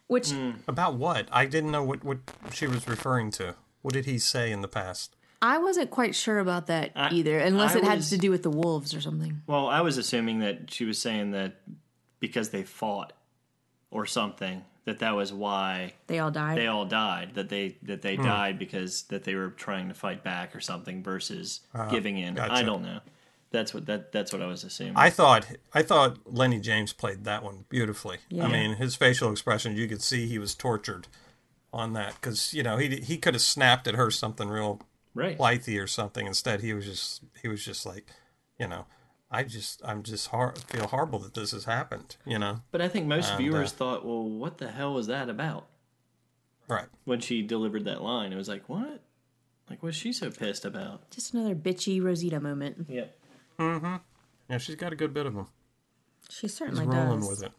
which
Mm.
About what? I didn't know what what she was referring to. What did he say in the past?
I wasn't quite sure about that
I-
either unless
I
it had
was-
to do with the wolves or something
Well, I was assuming that she was saying that because they fought or something that that was why
they all died
they all died that they that
Hmm.
they died because that they were trying to fight back or something versus giving in. I
Uh, gotcha.
don't know. That's what that that's what I was assuming.
I thought I thought Lenny James played that one beautifully. I mean, his facial expression, you could see he was tortured on that cuz you know, he he could have snapped at her something real
right.
Blythe or something. Instead, he was just he was just like, you know, I just I'm just hor- feel horrible that this has happened. You know,
But I think most
uh,
viewers thought, "Well, what the hell was that about?"
right?
When she delivered that line, it was like, "What? Like what's she so pissed about?"
just another bitchy Rosita moment
Yep.
Yeah, she's got a good bit of them.
she
She's
certainly
rolling
does
with it.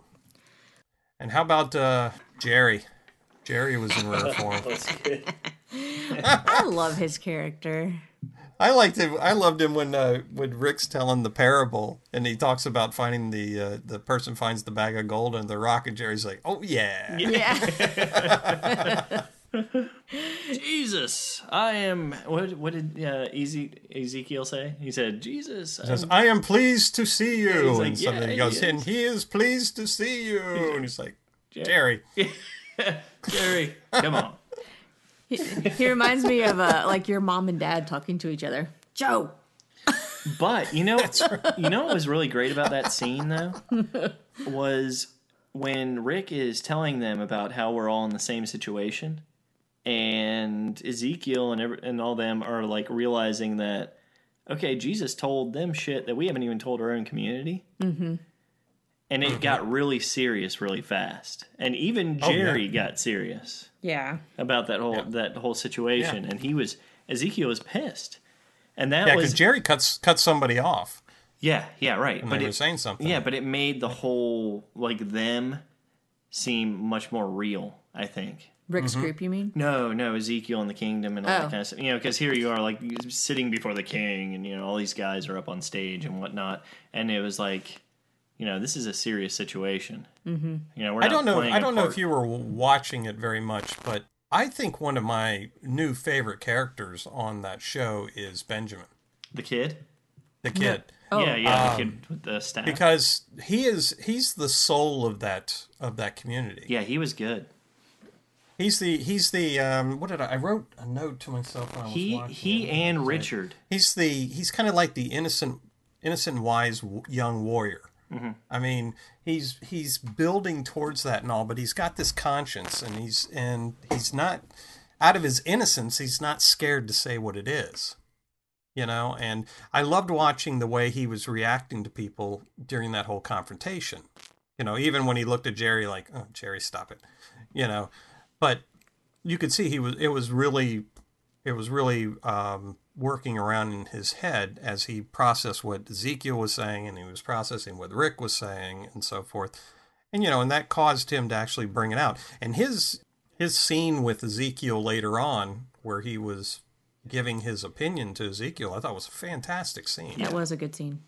And how about uh, Jerry? Jerry was in rare form.
I love his character
I liked him. I loved him when uh, when Rick's telling the parable, and he talks about finding the uh, the person finds the bag of gold and the rock, and Jerry's like, "Oh yeah,
yeah
Jesus, I am. What? What did uh, Eze- Ezekiel say? He said, "Jesus." I'm-
Says, I am pleased to see you.
he's like,
and something
"Yeah,
he
he
goes,
is."
and he is pleased to see you. And he's like, Jerry.
Jerry, come on.
he reminds me of uh, like your mom and dad talking to each other Joe
But you know, you know what was really great about that scene though was when Rick is telling them about how we're all in the same situation, and Ezekiel and every, and all them are like realizing that okay, Jesus told them shit that we haven't even told our own community. Mm-hmm. And
Mm-hmm.
it got really serious really fast, and even
Oh,
Jerry got serious
yeah
about that whole that whole situation, and he was Ezekiel was pissed, and that
Yeah, because
was
Jerry cuts cuts somebody off
yeah, yeah, right.
when
But
they were
it,
saying something.
yeah, but it made the whole like them seem much more real. I think
Rick's group, you mean?
No, no, Ezekiel and the kingdom and all
Oh.
that kind of stuff. You know, because here you are, like sitting before the king, and you know all these guys are up on stage and whatnot. And it was like, you know, this is a serious situation. Mm-hmm. You know, we're
I don't
not
know.
playing
I
a
don't know
part.
if you were watching it very much, but I think one of my new favorite characters on that show is Benjamin,
the kid.
the kid,
yeah, Oh, yeah, the kid with the staff.
Um, because he is he's the soul of that of that community.
yeah, he was good.
He's the he's the um, what did I, I wrote a note to myself when I was
He
watching.
he
it.
and Richard.
He's the he's kind of like the innocent, innocent, wise w- young warrior. I mean, he's he's building towards that and all, but he's got this conscience, and he's and he's not out of his innocence. He's not scared to say what it is, you know. And I loved watching the way he was reacting to people during that whole confrontation. You know, even when he looked at Jerry like, "Oh, Jerry, stop it," you know. But you could see he was it was really it was really um, working around in his head as he processed what Ezekiel was saying and he was processing what Rick was saying and so forth. And you know, and that caused him to actually bring it out. And his his scene with Ezekiel later on, where he was giving his opinion to Ezekiel, I thought was a fantastic scene
That was a good scene.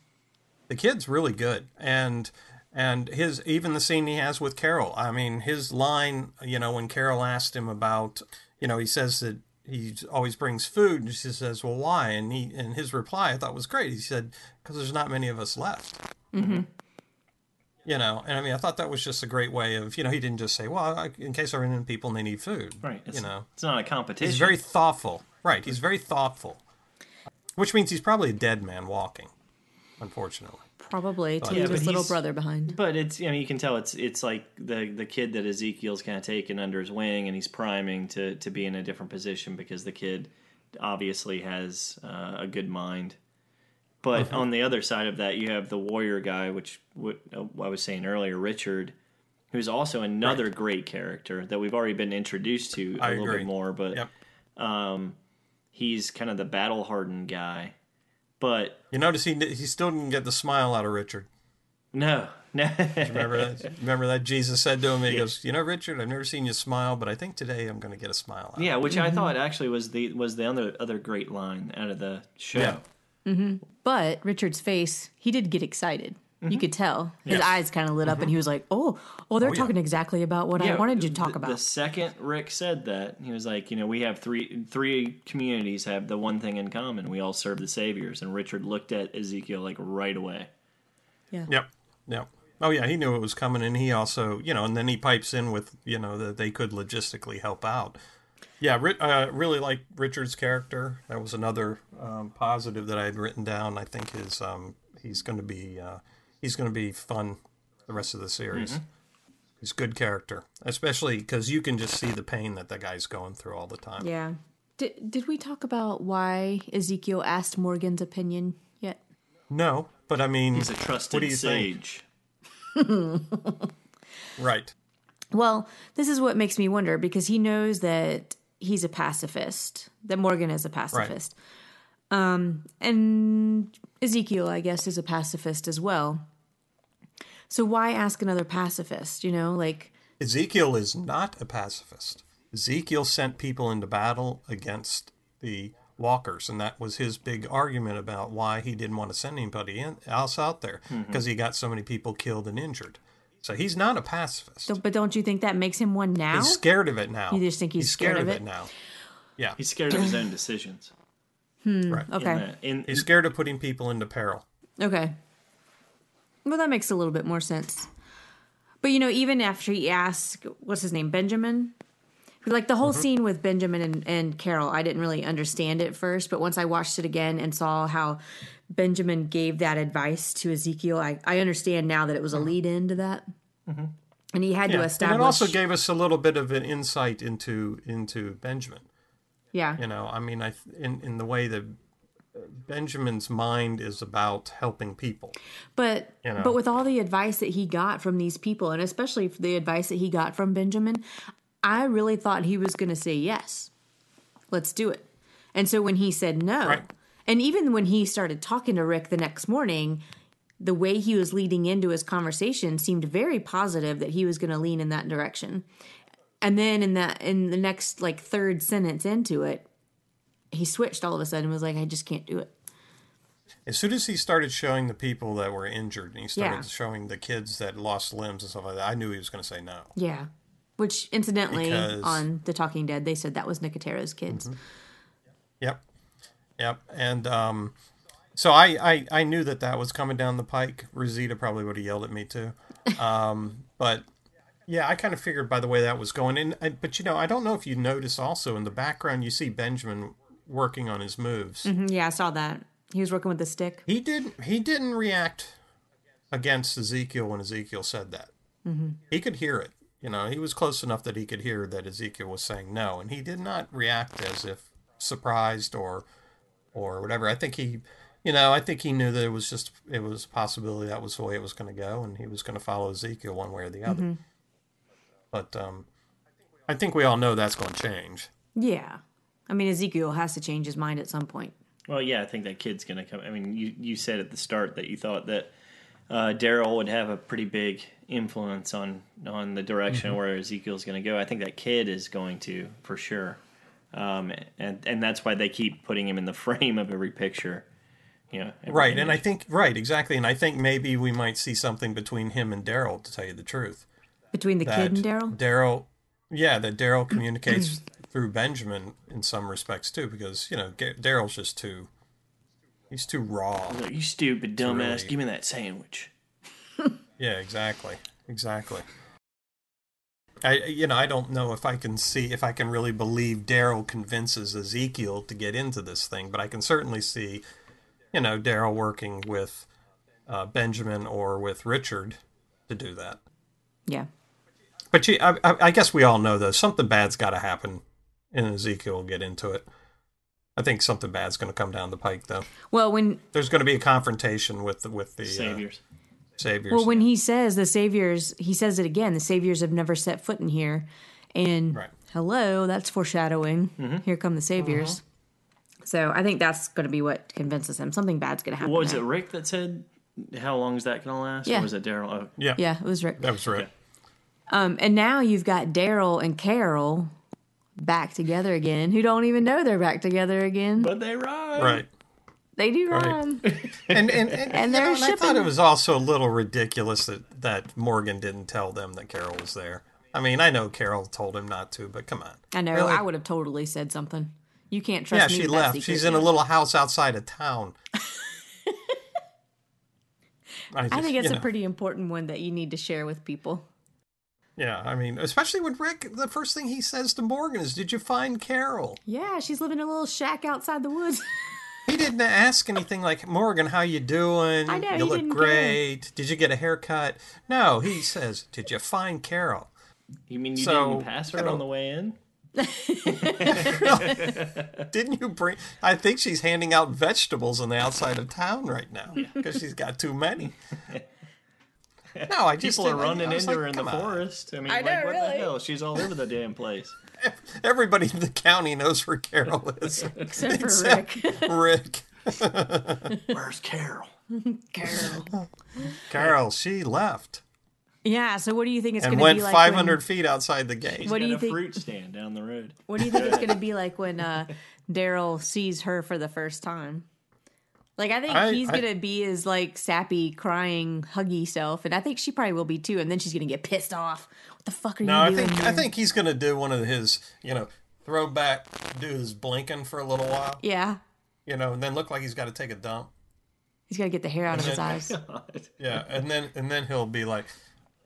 the kid's really good and and his even the scene he has with carol i mean his line you know when carol asked him about you know he says that he always brings food and she says well why and he and his reply i thought was great he said because there's not many of us left you know and i mean i thought that was just a great way of you know he didn't just say well I, in case i run into people and they need food
Right. It's,
you know
it's not a competition.
he's very thoughtful right he's very thoughtful which means he's probably a dead man walking unfortunately
Probably to
Yeah,
leave
but
his little
he's-
brother behind.
But it's you know you can tell it's it's like the the kid that Ezekiel's kind of taken under his wing and he's priming to to be in a different position because the kid obviously has uh, a good mind. But
Uh-huh.
on the other side of that, you have the warrior guy, which what uh, I was saying earlier, Richard, who's also another great character that we've already been introduced to a
I
little
agree.
bit more. But
Yep.
um, he's kind of the battle hardened guy. But
You notice he he still didn't get the smile out of Richard.
no, no,
Remember that? Remember that Jesus said to him, he goes, "You know, Richard, I've never seen you smile, but I think today I'm going to get a smile." Out. of
Yeah, which I thought
Mm-hmm.
actually was the was the other other great line out of the show.
Yeah.
But Richard's face, he did get excited. You could tell. His
Yes.
eyes kind of lit up and he was like, oh, oh, they're
yeah.
talking exactly about what I
Yeah,
wanted you to talk
the,
about.
The second Rick said that, he was like, you know, we have three three communities have the one thing in common. We all serve the saviors. And Richard looked at Ezekiel like right away.
it." Yep. Yep. Oh yeah, he knew it was coming, and he also, you know, and then he pipes in with, you know, that they could logistically help out. Yeah, Ri- uh, really like Richard's character. That was another um, positive that I had written down. I think is um, he's going to be uh, he's going to be fun the rest of the series.
Mm-hmm.
He's good character, especially because you can just see the pain that the guy's going through all the time.
yeah. Did, did we talk about why Ezekiel asked Morgan's opinion yet?
No, but I mean,
He's a trusted
What do you think?
sage.
right?
Well, this is what makes me wonder because he knows that he's a pacifist, that Morgan is a pacifist. Um, and Ezekiel, I guess, is a pacifist as well. So why ask another pacifist? You know, like,
Ezekiel is not a pacifist. Ezekiel sent people into battle against the walkers, and that was his big argument about why he didn't want to send anybody in, else out there because he got so many people killed and injured. So he's not a pacifist.
but don't you think that makes him one now?
He's scared of it now.
You just think he's scared of it?
now.
He's scared of his own decisions.
right.
In
okay.
that, in,
He's scared of putting people into peril.
Okay. Well, that makes a little bit more sense. But you know, even after he asked, what's his name, Benjamin? Like the whole scene with Benjamin and, and Carol, I didn't really understand it first, but once I watched it again and saw how Benjamin gave that advice to Ezekiel, I, I understand now that it was a lead in to that. And he had to establish.
And it also gave us a little bit of an insight into into Benjamin.
yeah.
you know i mean i th- in in the way that uh, benjamin's mind is about helping people
But
know.
but with all the advice that he got from these people, and especially for the advice that he got from Benjamin, I really thought he was going to say yes, let's do it. And so when he said no,
Right.
and even when he started talking to Rick the next morning, the way he was leading into his conversation seemed very positive that he was going to lean in that direction. And then in that in the next like third sentence into it, he switched all of a sudden and was like, I just can't do it.
As soon as he started showing the people that were injured and he started
Yeah.
showing the kids that lost limbs and stuff like that, I knew he was going to say no.
Yeah. Which incidentally
Because-
on The Talking Dead they said that was Nicotera's kids.
Yep. Yep. And um, so I, I, I knew that that was coming down the pike. Rosita probably would have yelled at me too. Um, but yeah, I kind of figured by the way that was going. And I, but you know, I don't know if you notice also in the background you see Benjamin working on his moves.
Mhm, Yeah, I saw that. He was working with the stick.
He didn't he didn't react against Ezekiel when Ezekiel said that. He could hear it. You know, he was close enough that he could hear that Ezekiel was saying no, and he did not react as if surprised or or whatever. I think he you know, I think he knew that it was just it was a possibility that was the way it was going to go and he was going to follow Ezekiel one way or the other. But um I think we all know that's going to change.
Yeah. I mean Ezekiel has to change his mind at some point.
Well, yeah, I think that kid's going to come. I mean, you, you said at the start that you thought that uh, Daryl would have a pretty big influence on on the direction
Mm-hmm.
where Ezekiel's going to go. I think that kid is going to for sure, um, and and that's why they keep putting him in the frame of every picture. You know, every
Right, and I
image.
think right, exactly, and I think maybe we might see something between him and Daryl. To tell you the truth,
Between the
that
kid and Daryl?
Daryl, yeah, that Daryl communicates through Benjamin in some respects too, because you know Ga- Daryl's just too, he's too raw.
you stupid dumbass,
really-
give me that sandwich.
Yeah, exactly, exactly. I you know I don't know if I can see if I can really believe Daryl convinces Ezekiel to get into this thing, but I can certainly see, you know, Daryl working with uh, Benjamin or with Richard to do that.
Yeah.
But gee, I, I, I guess we all know though something bad's got to happen, and Ezekiel will get into it. I think something bad's going to come down the pike though.
Well when
There's going to be a confrontation with the, with the uh,
Saviors.
saviors.
Well, when he says the saviors, he says it again. The saviors have never set foot in here, and
Right.
hello, that's foreshadowing. Here come the saviors. So I think that's going to be what convinces him something bad's going to happen.
What was
there.
it, Rick, that said, how long is that going to last?
Yeah.
Or was it Daryl? Oh,
yeah,
Yeah, it was Rick.
that was right.
Um, and now you've got Daryl and Carol back together again, who don't even know they're back together again.
but they ride.
Right.
They do
Right.
rhyme.
And
And
and, and, you know,
they're
and I thought it
shipping-
was also a little ridiculous that, that Morgan didn't tell them that Carol was there. I mean, I know Carol told him not to, but come on.
I know.
Really?
I would have totally said something. You can't trust
yeah,
me.
she
with that
left.
secret.
She's in a little house outside of town.
I think it's
you
a
know.
pretty important one that you need to share with people.
Yeah, I mean, especially when Rick, the first thing he says to Morgan is, "Did you find Carol?"
Yeah, she's living in a little shack outside the woods.
He didn't ask anything like, "Morgan, how you doing?
I know,
you
he
look
didn't care."
great. Did you get a haircut?" No, he says, "Did you find Carol?"
You mean you
So,
didn't pass her
I don't-
on the way in?
Didn't you bring? I think she's handing out vegetables on the outside of town right now because she's got too many. No, I just
People are
didn't- I
running
was
into
like,
her in the
"Come on."
forest. I mean,
I
like,
know,
what the
really.
hell? She's all over the damn place.
Everybody in the county knows where Carol is,
Except for
except
Rick.
Rick.
Where's Carol?
Girl.
Carol, she left.
Yeah, so what do you think it's going
and
to
went
be like
500
when,
feet outside the gate.
What do
At
you
a
think-
fruit stand down the road.
What do you think it's going to be like when uh, Daryl sees her for the first time? Like I think
I-
he's
I-
going to be his like sappy, crying, huggy self, and I think she probably will be too. And then she's going to get pissed off. What the fuck are
No, I
you doing?
think
here?
I think he's gonna do one of his, you know, throw back, do his blinking for a little while,
yeah,
you know, and then look like he's got to take a dump.
he's got to get the hair out of his eyes.
Yeah, and then and then he'll be like,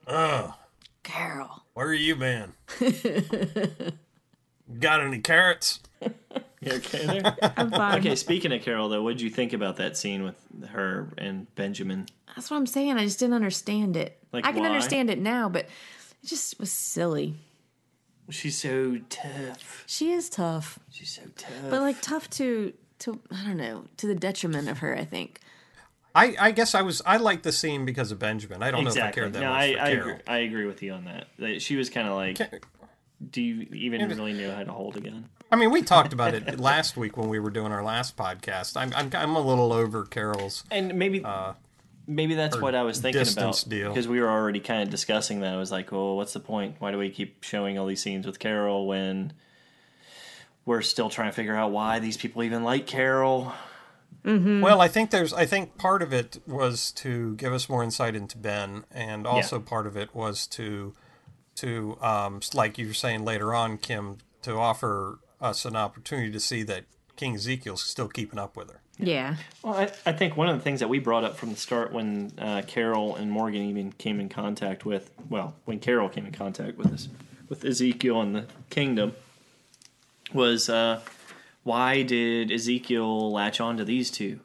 "Oh,
Carol,
where you been? got any carrots?"
You okay there?
I'm fine.
okay, speaking of Carol, though, what'd you think about that scene with her and Benjamin?
That's what I'm saying. I just didn't understand it.
Like,
I can
why?
understand it now, but it just was silly.
She's so tough.
She is tough.
She's so tough.
but like tough to to I don't know to the detriment of her. I think.
I I guess I was I liked the scene because of Benjamin. I don't
exactly.
know if I cared that
no,
much
I,
for
I,
Carol.
agree, I agree with you on that. That She was kind of like,
Ca-
do you even really know how to hold a gun?
I mean, we talked about it last week when we were doing our last podcast. I'm I'm, I'm a little over Carol's
And maybe maybe that's
Uh, Or
what I was thinking about
distance deal.
because we were already kind of discussing that. I was like, "Well, what's the point? Why do we keep showing all these scenes with Carol when we're still trying to figure out why these people even like Carol?" Hmm.
Well, I think there's. I think part of it was to give us more insight into Ben, and also part of it was to, to um, s- like you were saying later on, Kim, to offer us an opportunity to see that King Ezekiel's still keeping up with her.
Yeah.
Well, I, I think one of the things that we brought up from the start when uh, Carol and Morgan even came in contact with, well, when Carol came in contact with us, with Ezekiel and the kingdom, was uh, why did Ezekiel latch on to these two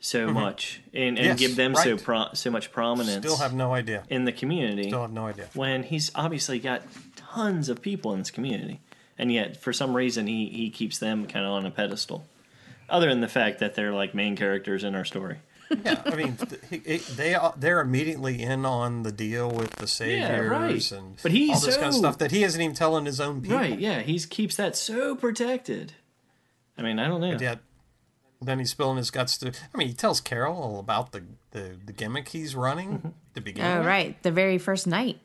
so much and, and
Mm-hmm. Yes,
give them so
right.
pro- so much prominence
Still have no idea.
in the community
Still have no idea.
when he's obviously got tons of people in this community, and yet for some reason he he keeps them kind of on a pedestal. Other than the fact that they're like main characters in our story,
Yeah, I mean, th- he, he, they are- they're immediately in on the deal with the saviors
right.
and
But he's
all this kind of
so-
stuff that he isn't even telling his own people
right? Yeah, he keeps that so protected. I mean, I don't know.
yet. Then he's spilling his guts to. I mean, he tells Carol all about the the, the gimmick he's
Mm-hmm.
running to begin
Oh,
with.
right. The very first night.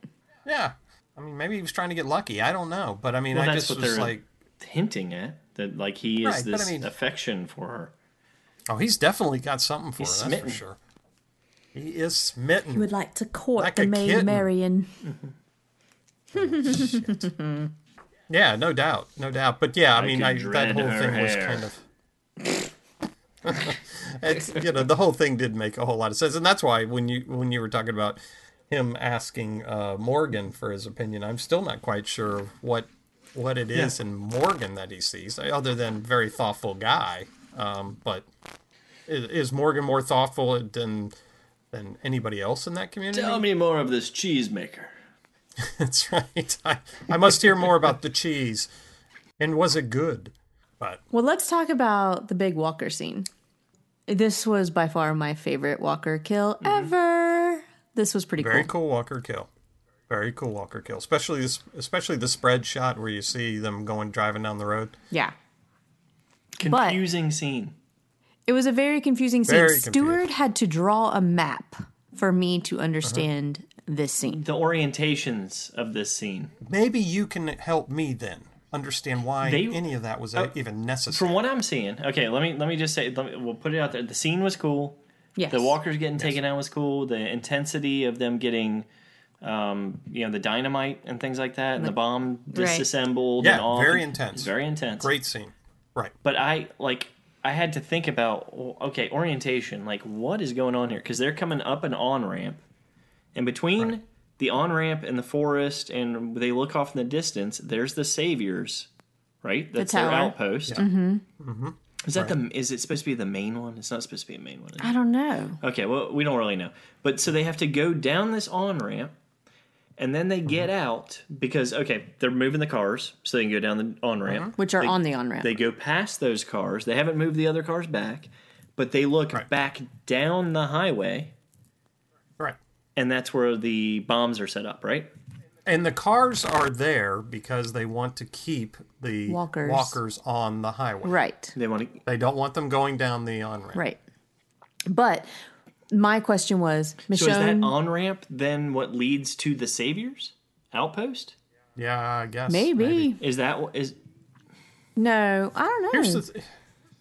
Yeah. I mean, maybe he was trying to get lucky. I don't know. But I mean,
Well,
I
that's
just
what
was
they're-
like,
Hinting at that, like he is
Right, but I
this
mean-
affection for her.
oh, he's definitely got something for
He's
her.
smitten.
That's for sure. He is smitten.
Would like to court
Like
the
a
maid
kitten.
Marian.
Yeah, no doubt, no doubt. But yeah, I, mean,
could
I,
dread
that whole
her
thing was
hair.
kind of. it's, you know, the whole thing did make a whole lot of sense, and that's why when you when you were talking about him asking uh, Morgan for his opinion, I'm still not quite sure what what it is in Morgan that he sees, uh, other than very thoughtful guy. Um, but is, is Morgan more thoughtful than than anybody else in that community?
Tell me more of this cheesemaker.
That's right. I, I must hear more about the cheese, and was it good? But
Well, let's talk about the big walker scene. This was by far my favorite walker kill ever. This was pretty
Mm-hmm. Very
cool.
cool Walker kill. Very cool Walker kill. Especially this, especially the spread shot where you see them going driving down the road.
Yeah.
Confusing scene.
It was a very confusing scene.
Very confusing. Uh-huh.
Stewart had to draw a map for me to understand this scene.
The orientations of this scene.
Maybe you can help me then understand why
They-
any of that was even necessary.
From what I'm seeing, okay, let me let me just say, let me, we'll put it out there. The scene was cool.
Yes.
The walkers getting taken out was cool. The intensity of them getting, um, you know, the dynamite and things like that, and the bomb disassembled.
Yeah,
and all,
very intense.
Very intense.
Great scene. Right.
But I like I had to think about well, okay orientation. Like what is going on here? Because they're coming up an on ramp, and between the on ramp and the forest, and they look off in the distance. There's the saviors, right? That's their
tower.
outpost. Mm-hmm. Is that the? Is it supposed to be the main one? It's not supposed to be a main one. is it?
I don't know.
Okay, well, we don't really know. But so they have to go down this on ramp, and then they get
Mm-hmm.
out because, okay, they're moving the cars, so they can go down the on ramp.
Which are
They-
on the
Mm-hmm.
on-ramp.
They go past those cars. They haven't moved the other cars back, but they look back down the highway,
Right.
and that's where the bombs are set up, right?
And the cars are there because they want to keep the
Walkers.
walkers on the highway.
Right.
They want to.
They don't want them going down the on ramp.
Right. But my question was,
So
Michonne,
is that on ramp then what leads to the Saviors outpost?
Yeah, I guess.
maybe.
Is that what is?
No, I don't know.
Here's the th-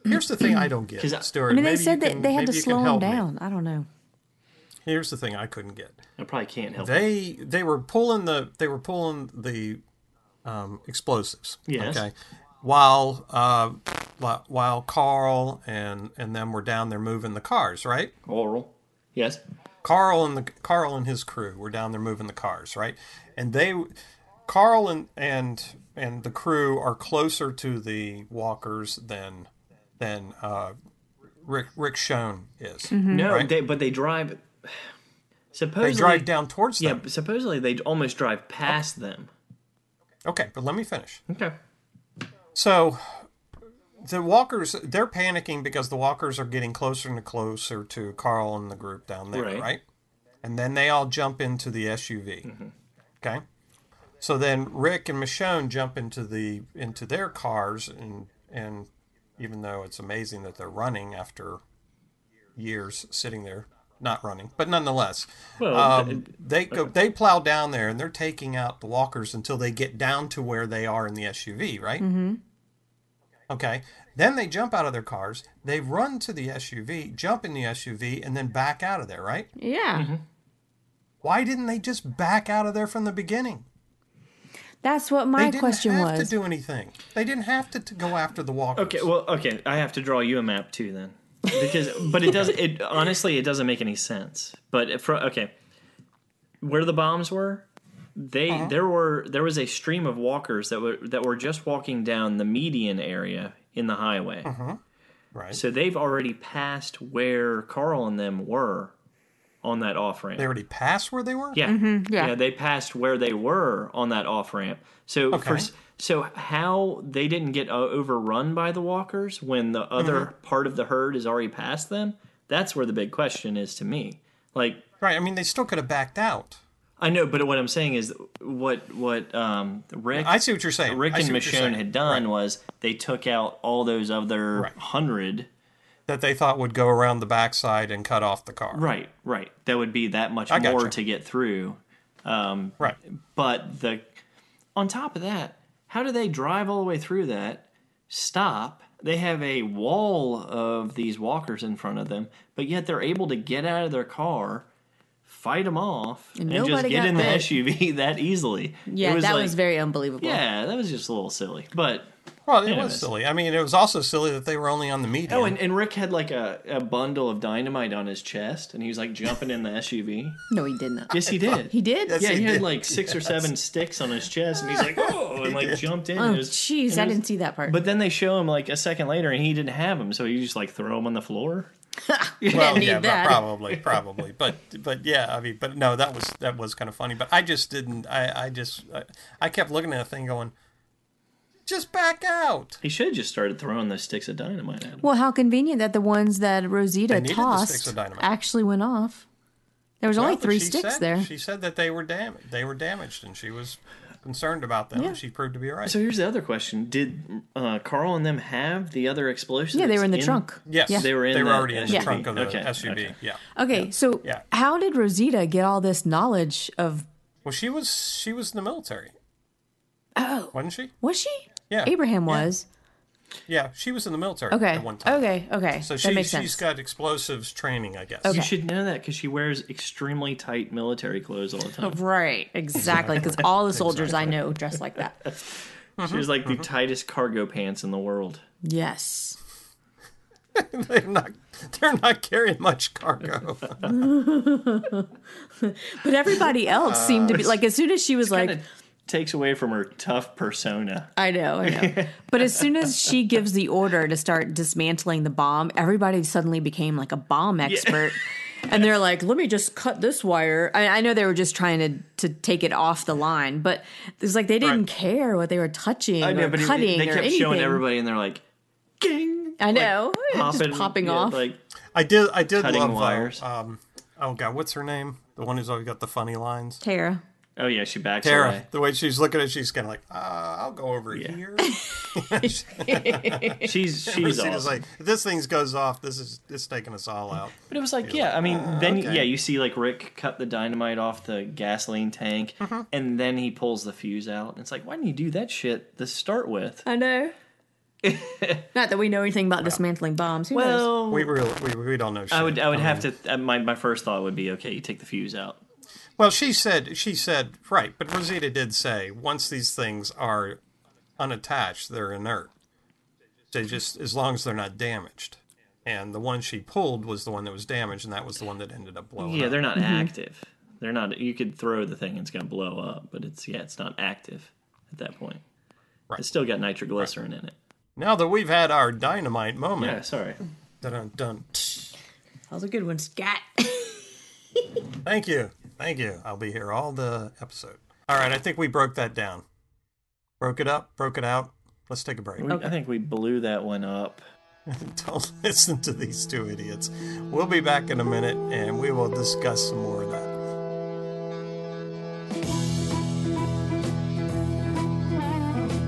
here's the thing I don't get,
'Cause I-
Stuart.
Mm. I mean, they
maybe
said
you
that
can,
they had to
maybe you can
slow him
help me.
down. I don't know.
Here's the thing I couldn't get.
I probably can't help. it.
They they were pulling the they were pulling the um, explosives.
Yes.
Okay. While uh, li- while Carl and and them were down there moving the cars, right?
Oral. Yes.
Mm-hmm. Carl and the Carl and his crew were down there moving the cars, right? And they Carl and and and the crew are closer to the walkers than than uh, Rick Rick Schoen is.
No,
right?
they, but they drive. Supposedly,
They drive down towards
Yeah,
them.
but supposedly they almost drive past them.
Okay, but let me finish.
Okay.
So the walkers they're panicking because the walkers are getting closer and closer to Carl and the group down there,
Right.
right? And then they all jump into the SUV. Okay? So then Rick and Michonne jump into the into their cars and and even though it's amazing that they're running after years sitting there not running, but nonetheless,
Well,
um, they go they plow down there and they're taking out the walkers until they get down to where they are in the SUV, right? Mm-hmm. Okay. Then they jump out of their cars, they run to the SUV, jump in the SUV, and then back out of there, right?
Yeah.
Mm-hmm. Why didn't they just back out of there from the beginning?
That's what
They
my
didn't
question
have
was.
to do anything. They didn't have to, to go after the walkers.
Okay, well, okay, I have to draw you a map too then, because but it does it honestly it doesn't make any sense. But if, okay, where the bombs were, they there were there was a stream of walkers that were that were just walking down the median area in the highway.
Right.
So they've already passed where Carl and them were on that off ramp.
they already passed where they were.
Yeah.
yeah.
Mm-hmm.
yeah, They passed where they were on that off ramp. So
Okay.
for s so how they didn't get o- overrun by the walkers when the other
Mm-hmm.
part of the herd is already past them? That's where the big question is to me. Like
Right. I mean, they still could have backed out.
I know, but what I'm saying is what what um, Rick
I see what you're saying.
Rick
I
and
see what you're
Michonne
saying.
had done was they took out all those other
Right.
hundred.
that they thought would go around the backside and cut off the car.
Right, right. That would be that much
I
more
gotcha.
to get through. Um,
Right.
But the on top of that, how do they drive all the way through that? Stop. They have a wall of these walkers in front of them, but yet they're able to get out of their car, fight them off, and, just
nobody
get
got
in
bit.
the SUV that easily.
Yeah,
It
that
like-
was very unbelievable.
Yeah, that was just a little silly, but
Well, it
Anyways.
was silly. I mean, it was also silly that they were only on the median.
oh, and, and Rick had like a, a bundle of dynamite on his chest, and he was like jumping in the SUV.
No, he did not.
Yes, he did.
He did?
yeah, he,
he
had
did.
like six or seven sticks on his chest, and he's like, "Oh!" and like jumped in.
Oh,
and it was-
jeez,
and it
I
was-
didn't see that part.
But then they show him like a second later, and he didn't have him, so he just like throw him on the floor.
well,
need
yeah,
that.
probably, probably, but but yeah, I mean, but no, that was that was kind of funny. But I just didn't. I I just I, I kept looking at the thing, going, just back out.
He should have just started throwing those sticks of dynamite at him.
Well, how convenient that the ones that
They
Rosita
needed the sticks
tossed
of dynamite.
actually went off. There was
Well,
only
but
three
she
sticks
said-
there.
She said that they were damaged. They were damaged, and she was concerned about them. and She proved to be right.
So here's the other question: Did uh, Carl and them have the other explosives?
yeah, they were in the trunk.
yes,
Yeah.
They were in
they were
the
already in the
SUV.
trunk of the
Okay,
SUV.
okay.
Yeah.
Okay, so
Yeah.
how did Rosita get all this knowledge of?
Well, she was she was in the military. Oh, wasn't she?
Was she?
Yeah.
Abraham
Yeah.
was.
Yeah, she was in the military
Okay.
at one time.
Okay. Okay.
So she,
that makes
she's
sense.
got explosives training, I guess.
You
Okay.
should know that because she wears extremely tight military clothes all the time.
right. Exactly. Because all the soldiers I know dress like that.
Mm-hmm.
She was like the tightest cargo pants in the world.
Yes.
they're not they're not carrying much cargo.
But everybody else seemed to be like as soon as she was like,
Uh, Kinda takes away from her tough persona.
I know, I know. but as soon as she gives the order to start dismantling the bomb, everybody suddenly became like a bomb expert. And they're like, let me just cut this wire. I, I know they were just trying to, to take it off the line, but it's like they didn't
Right.
care what they were touching
I know,
or
but it-
cutting
they
or
kept
anything.
showing everybody, and they're like, "Ging!"
I know,
popping,
just popping
yeah,
off.
Like,
I did I did
Cutting
love though,
wires.
um oh god, what's her name? The one who's always got the funny lines.
Tara,
oh yeah, she backs
Tara,
away.
the way she's looking at it, she's kinda like, uh, I'll go over here.
She's she's
Rosita's
awesome.
like, if this thing goes off, this is it's taking us all out.
but it was like, "Oh, yeah, I mean, then
okay.
yeah, you see like Rick cut the dynamite off the gasoline tank,
Mm-hmm.
and then he pulls the fuse out. And it's like, why didn't you do that shit to start with?
I know. Not that we know anything about dismantling bombs. Who knows?
Well,
We really we, we don't know shit.
I would I would have to. uh, My my first thought would be, okay, you take the fuse out.
Well, she said she said right, but Rosita did say once these things are unattached, they're inert. They just as long as they're not damaged. And the one she pulled was the one that was damaged, and that was the one that ended up blowing
Yeah,
up.
they're not active. They're not. You could throw the thing; and it's gonna blow up. But it's yeah, it's not active at that point.
Right.
It's still got nitroglycerin in it.
Now that we've had our dynamite
Yeah,
moment,
sorry.
dun dun.
That was a good one, Scat.
Thank you, thank you. I'll be here all the episode. All right, I think we broke that down. Broke it up, broke it out. Let's take a break.
We, I think we blew that one up.
Don't listen to these two idiots. We'll be back in a minute, and we will discuss some more of that.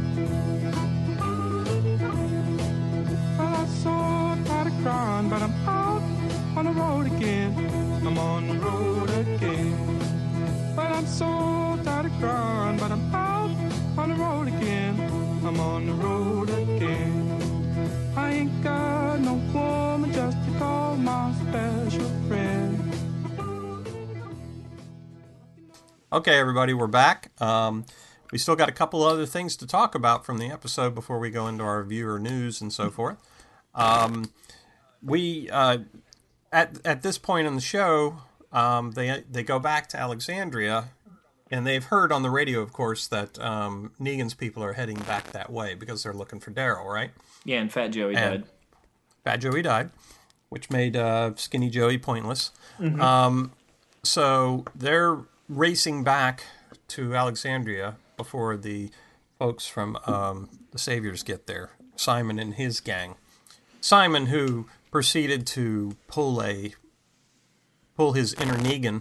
Well, I saw I started crying, but I'm out on the road again. I'm on the road again. But I'm so tired of gone, but I'm out on the road again. I'm on the road again. I ain't got no woman just to call my special friend.
Okay, everybody, we're back. Um, we still got a couple other things to talk about from the episode before we go into our viewer news and so forth. Um, we uh, at at this point in the show, um, they they go back to Alexandria, and they've heard on the radio, of course, that um, Negan's people are heading back that way because they're looking for Daryl, right?
Yeah, and Fat Joey died.
And- Fat Joey died, which made uh, Skinny Joey pointless. Um, so they're racing back to Alexandria before the folks from um, the Saviors get there. Simon and his gang. Simon, who proceeded to pull a pull his inner Negan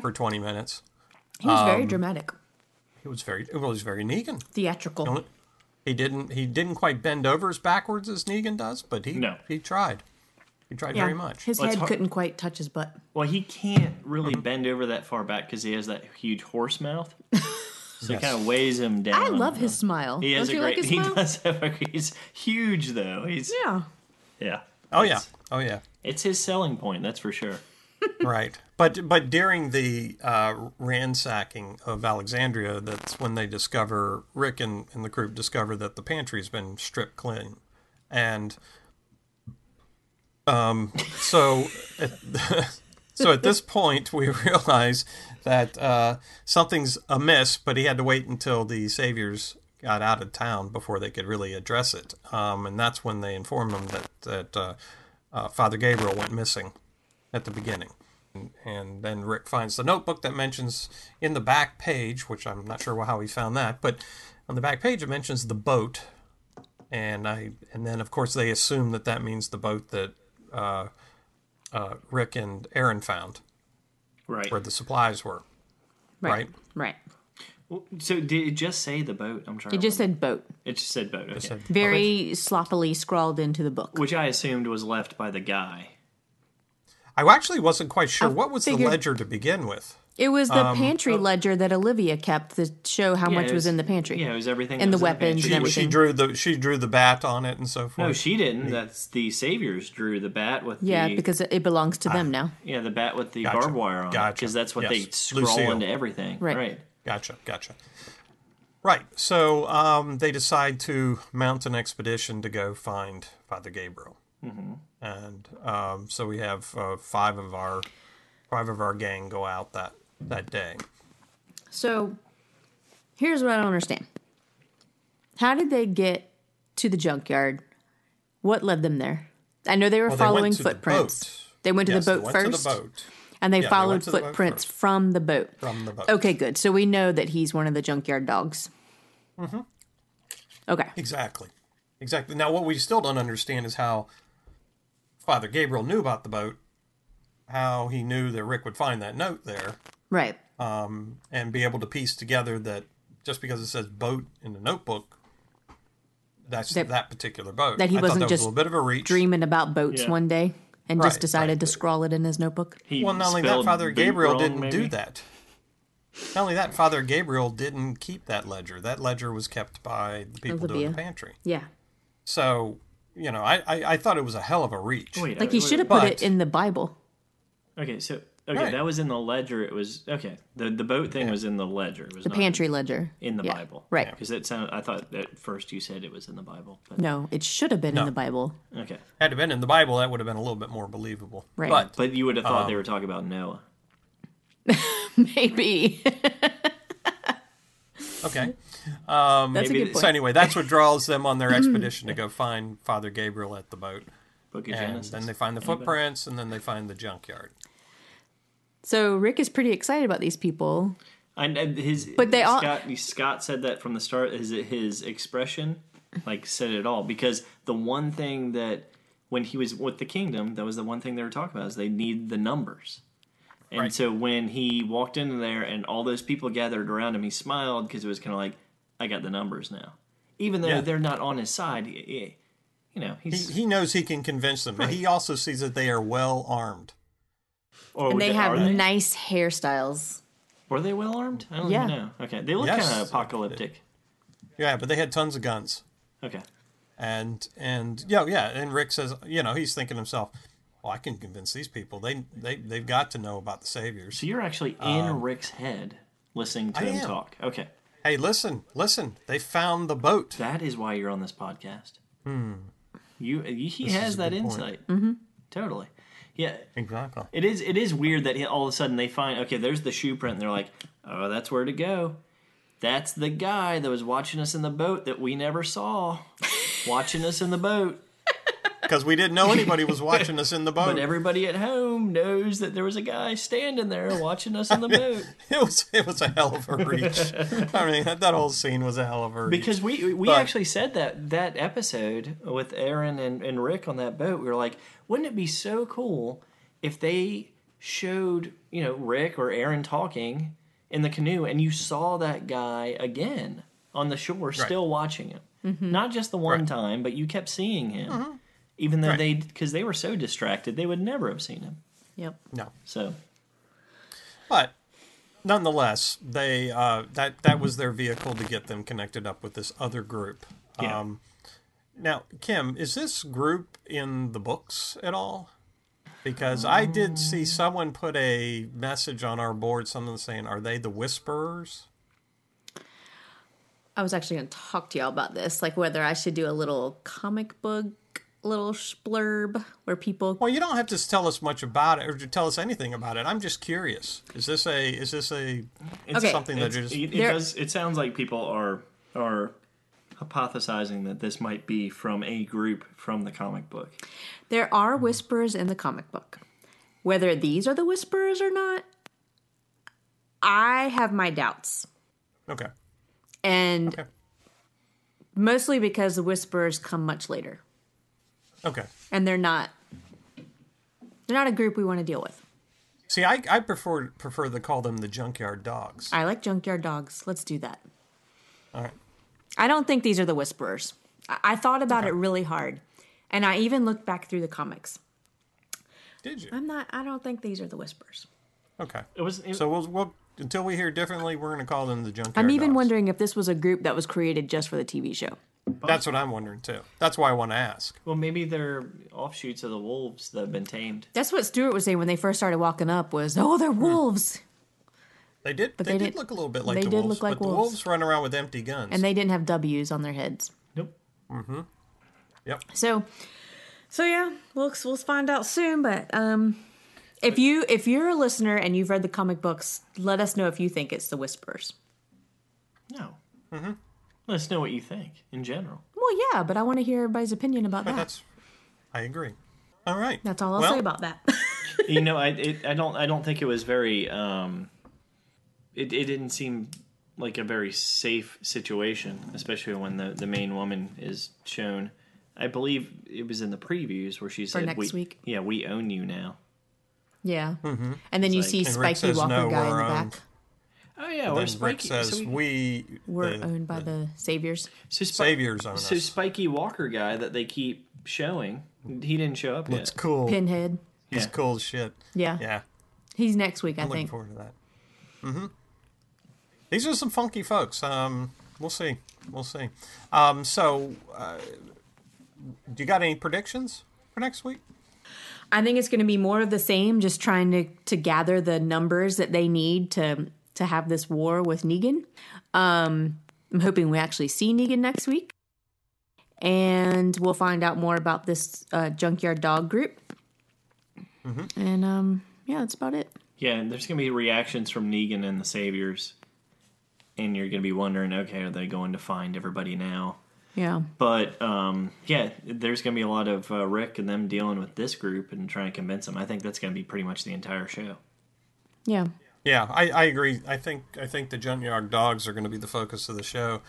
for twenty minutes.
He was very dramatic,
He was very well. He was very Negan.
theatrical.
Don't- He didn't. He didn't quite bend over as backwards as Negan does, but he
No.
he tried. He tried
yeah,
very much.
His
Well, it's
head
hard-
couldn't quite touch his butt.
Well, he can't really bend over that far back because he has that huge horse mouth. So it
Yes.
kind of weighs him down.
I love his smile.
Um, He has
Don't
a
you
great.
like his
he
smile?
does have a. He's huge though. He's
Yeah.
yeah.
Oh yeah. Oh yeah.
It's his selling point. That's for sure.
right. But but during the uh, ransacking of Alexandria, that's when they discover Rick and, and the group discover that the pantry's been stripped clean, and um so at, so at this point we realize that uh, something's amiss, but he had to wait until the saviors got out of town before they could really address it, um, and that's when they informed them that that uh, uh, Father Gabriel went missing at the beginning. And, and then Rick finds the notebook that mentions in the back page, which I'm not sure how he found that, but on the back page it mentions the boat, and I and then of course they assume that that means the boat that uh, uh, Rick and Aaron found
Right.
where the supplies were, right?
Right.
So did it just say the boat? I'm trying.
It
to
just
remember.
said boat.
it just said boat. Okay.
Very sloppily scrawled into the book.
Which I assumed was left by the guy.
I actually wasn't quite sure
I
what was
figured-
the ledger to begin with.
It was the pantry ledger that Olivia kept to show how
Yeah,
much
it
was, in the pantry.
Yeah, it was everything.
And
that
the
was in
weapons
pantry.
and
She
everything.
drew the she drew the bat on it and so forth.
No, she didn't. That's the saviors drew the bat with
Yeah,
the
because it belongs to them now.
yeah the bat with the
Gotcha.
barbed wire on
Gotcha.
because that's what they
Yes.
scroll
Lucille.
into everything.
Right.
right.
Gotcha, gotcha. Right, so um, they decide to mount an expedition to go find Father Gabriel, mm-hmm. and um, so we have uh, five of our five of our gang go out that that day.
So here's what I don't understand. How did they get to the junkyard? What led them there? I know they were
Well, they went
following
to the
footprints.
boat.
They went to
Yes,
the boat
they went
first.
to the boat
And they
Yeah, they
followed
went to the boat
footprints
first.
from the boat.
from the boat.
Okay, good. So we know that he's one of the junkyard dogs. Mm-hmm. Okay.
exactly, exactly. Now, what we still don't understand is how Father Gabriel knew about the boat, how he knew that Rick would find that note there,
Right.
and be able to piece together that just because it says boat in the notebook, that's
That-
that, particular boat.
that he
I
wasn't
thought that
just
was a little bit of a reach.
Dreaming about boats
Yeah.
one day and just
Right,
decided
right.
to scrawl it in his notebook.
He
well, not only that,
spelled
Father
boot
Gabriel
wrong,
didn't
maybe?
do that. Not only that, Father Gabriel didn't keep that ledger. That ledger was kept by the people doing
Olivia.
the pantry.
Yeah.
So, you know, I, I, I thought it was a hell of a reach.
Wait,
Like he
wait,
should have
but-
put it in the Bible.
Okay, so okay,
Right.
that was in the ledger. It was okay. The the boat thing was in the ledger. It was
The
not
pantry ledger.
in the
Yeah.
Bible,
Right.
Because it sounded. I thought at first you said it was in the Bible. But,
No, it should have been in the Bible.
Okay,
Had it been in the Bible, that would have been a little bit more believable.
Right.
But
but you would have
Uh,
thought they were talking about Noah.
Maybe.
Okay. Um,
That's
Maybe
a good point.
So anyway, that's what draws them on their expedition to go find Father Gabriel at the boat.
Book of
And
Genesis.
then they find the footprints and then they find the junkyard.
So Rick is pretty excited about these people.
And, and his
But they all-
Scott, Scott said that from the start. Is it his expression? Like said it all because the one thing that when he was with the kingdom, that was the one thing they were talking about is they need the numbers. And
Right.
so when he walked into there and all those people gathered around him, he smiled because it was kind of like, I got the numbers now. Even though
Yeah.
they're not on his side, y- y- you know,
He,
he's
he knows he can convince them, but he also sees that they Oh, are well armed.
Or
And they have
are they?
nice hairstyles.
Were they well armed? I don't
Yeah.
even know. Okay, they look
Yes.
kind of apocalyptic.
Yeah, but they had tons of guns.
Okay,
And and yeah, yeah. And Rick says, you know, he's thinking to himself, well, I can convince these people. They they they've got to know about the saviors.
so you're actually in Rick's head listening to
Um, I
him
am.
talk. Okay,
Hey, listen, listen. They found the boat.
that is why you're on this podcast. Hmm. You, you he
a
has that
good point.
insight. Mm-hmm. Totally. Yeah,
Exactly.
it is. It is weird that he, all of a sudden they find okay, there's the shoe print, and they're like, oh, that's where to go. That's the guy that was watching us in the boat that we never saw, watching us in the boat.
Because we didn't know anybody was watching us in the boat.
But everybody at home knows that there was a guy standing there watching us in the boat.
it was it was a hell of a reach. I mean, that, that whole scene was a hell of a reach.
Because we we
But-
actually said that that episode with Aaron and, and Rick on that boat, we were like, wouldn't it be so cool if they showed, you know, Rick or Aaron talking in the canoe and you saw that guy again on the shore still watching him. Not just the one
Right.
time, but you kept seeing him. Even though
Right.
they because they were so distracted, they would never have seen him.
Yep.
no,
So
but nonetheless, they uh, that that was their vehicle to get them connected up with this other group.
Yeah.
Um, now, Kim, is this group in the books at all? Because I did
Um.
see someone put a message on our board, someone saying, "Are they the Whisperers?"
I was actually going to talk to y'all about this, like whether I should do a little comic book little splurb where people
Well, you don't have to tell us much about it or to tell us anything about it. I'm just curious. Is this a is this a
it's
Okay.
something that
It's-
is
it, it
There-
does. It sounds like people are are hypothesizing that this might be from a group from the comic book.
There are whispers in the comic book. Whether these are the whispers or not, I have my doubts.
okay?
And
Okay.
mostly because the whispers come much later
Okay.
and they're not they're not a group we want to deal with.
See, I, I prefer prefer to call them the junkyard dogs.
I like junkyard dogs. Let's do that.
All right.
I don't think these are the whisperers. I, I thought about it really hard. And I even looked back through the comics.
Did you?
I'm not I don't think these are the whispers.
Okay.
It was. It,
So we'll, we'll until we hear differently, we're going to call them the junkyard.
I'm even
dogs.
wondering if this was a group that was created just for the TV show.
That's what I'm wondering too. That's why I want to ask.
well, maybe they're offshoots of the wolves that have been tamed.
That's what Stuart was saying when they first started walking up was, "Oh, they're wolves."
They did. They,
they
did
did-
look a little bit like
they
the
did
wolves,
look like
but the
wolves.
wolves run around with empty guns.
And they didn't have W's on their heads.
Nope.
Mm-hmm.
yep.
So so yeah, we'll we'll find out soon, but um if you if you're a listener and you've read the comic books, let us know if you think it's the whispers.
No. Mm-hmm. Let us know what you think in general.
Well, yeah, but I want to hear everybody's opinion about
But
that.
that's. I agree. All right.
That's all I'll
Well,
say about that.
you know, I it, I don't I don't think it was very. Um, it it didn't seem like a very safe situation, especially when the the main woman is shown. I believe it was in the previews where she said,
next
we,
week?
"Yeah, we own you now."
yeah. Mm-hmm. And then you see
And Rick
Spiky
says,
Walker
"No,
guy in
we're
the
owned."
back.
Oh yeah,
Then
or
Rick
Spiky.
says
so, we-
we
We're
the-
owned by the saviors.
so Spi-
saviors own
So
us.
Spiky Walker guy that they keep showing, he didn't show up
Looks
yet.
cool.
Pinhead.
He's
Yeah.
cool as shit.
Yeah.
Yeah.
He's next week, I
I'm looking
think.
forward to that. Mm-hmm. These are some funky folks. Um, we'll see. We'll see. Um, so, uh, do you got any predictions for next week?
I think it's going to be more of the same, just trying to to gather the numbers that they need to to have this war with Negan. Um, I'm hoping we actually see Negan next week, and we'll find out more about this uh, junkyard dog group.
Mm-hmm.
And um, yeah, that's about it.
Yeah, and there's gonna be reactions from Negan and the Saviors, and you're gonna be wondering, okay, are they going to find everybody now?
Yeah,
But um, yeah, there's going to be a lot of uh, Rick and them dealing with this group and trying to convince them. I think that's going to be pretty much the entire show.
yeah,
Yeah, I, I agree. I think I think the junkyard dogs are going to be the focus of the show,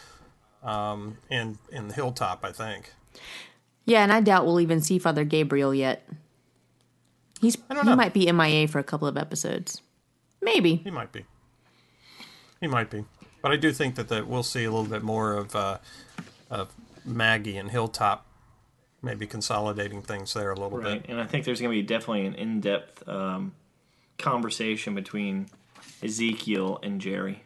um, and and the hilltop. I think.
yeah. And I doubt we'll even see Father Gabriel yet. He's
don't
he
know.
might be MIA for a couple of episodes, maybe.
He might be. He might be. But I do think that, that we'll see a little bit more of, uh, of Maggie and Hilltop maybe consolidating things there a little
Right.
bit.
And I think there's going to be definitely an in depth um, conversation between Ezekiel and Jerry,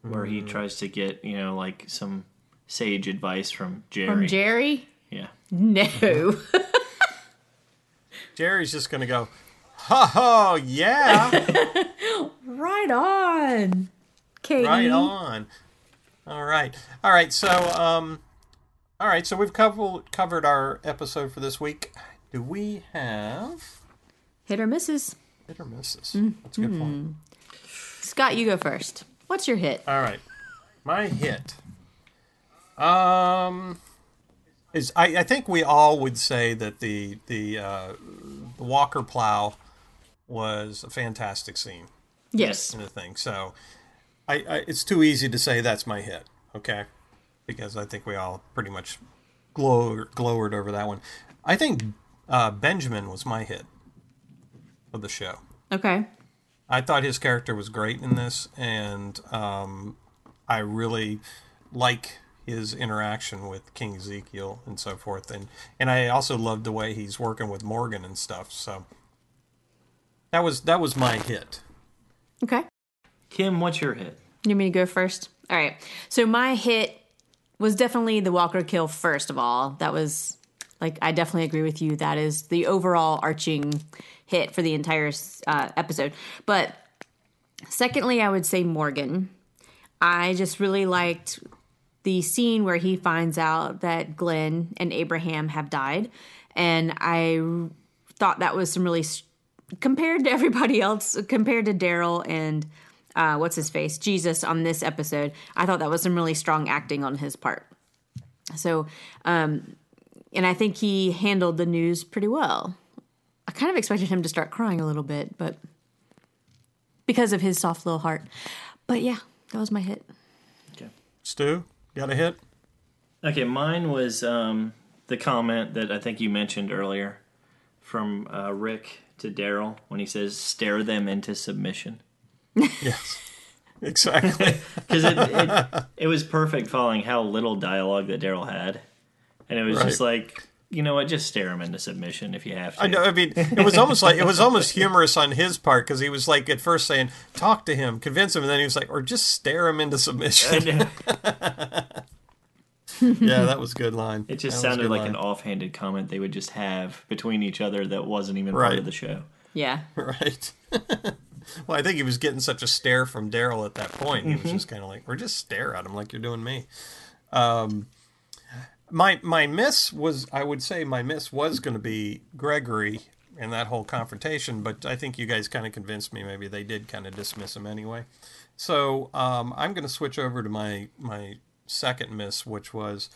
where he tries to get you know like some sage advice from Jerry.
From Jerry?
yeah,
No.
Jerry's just going to go, "Ho ho, yeah,
right on. Katie.
right on." All right, all right. So, um, all right. So we've covered covered our episode for this week. Do we have
Hit or misses. Mm-hmm.
hit or misses? That's a good point.
Scott, you go first. What's your hit?
All right, my hit. Um, is I, I think we all would say that the the uh, the Walker plow was a fantastic scene.
Yes.
kind of thing. So, I, I it's too easy to say that's my hit, okay? Because I think we all pretty much glow, glowered over that one. I think uh, Benjamin was my hit of the show.
Okay.
I thought his character was great in this, and um, I really like his interaction with King Ezekiel and so forth. And and I also loved the way he's working with Morgan and stuff. So that was that was my hit.
Okay.
Kim, what's your hit?
You want me to go first? All right. So my hit was definitely the Walker kill first of all. That was like I definitely agree with you. That is the overall arching hit for the entire uh, episode. But secondly, I would say Morgan. I just really liked the scene where he finds out that Glenn and Abraham have died, and I r- thought that was some really s- compared to everybody else, compared to Daryl and uh, what's his face, Jesus on this episode. I thought that was some really strong acting on his part. So, um, and I think he handled the news pretty well. I kind of expected him to start crying a little bit, but because of his soft little heart. But yeah, that was my hit.
Stu, got a hit?
Okay, mine was um, the comment that I think you mentioned earlier from uh, Rick to Daryl when he says "stare them into submission"
Yes. Exactly.
because it, it it was perfect following how little dialogue that Daryl had, and it was just like you know what, just stare him into submission if you have to.
I know. I mean, it was almost like it was almost humorous on his part because he was like at first saying, "Talk to him, convince him," and then he was like, "Or just stare him into submission." yeah, that was a good line.
It just
That was
sounded
a good
like
line.
an offhanded comment they would just have between each other that wasn't even
Right.
part of the show.
Yeah.
right. well, I think he was getting such a stare from Daryl at that point. He was just kind of like, "Or just stare at him like you're doing me." Um, my my miss was, I would say, my miss was going to be Gregory and that whole confrontation, but I think you guys kind of convinced me. Maybe they did kind of dismiss him anyway. So um, I'm going to switch over to my my second miss, which was,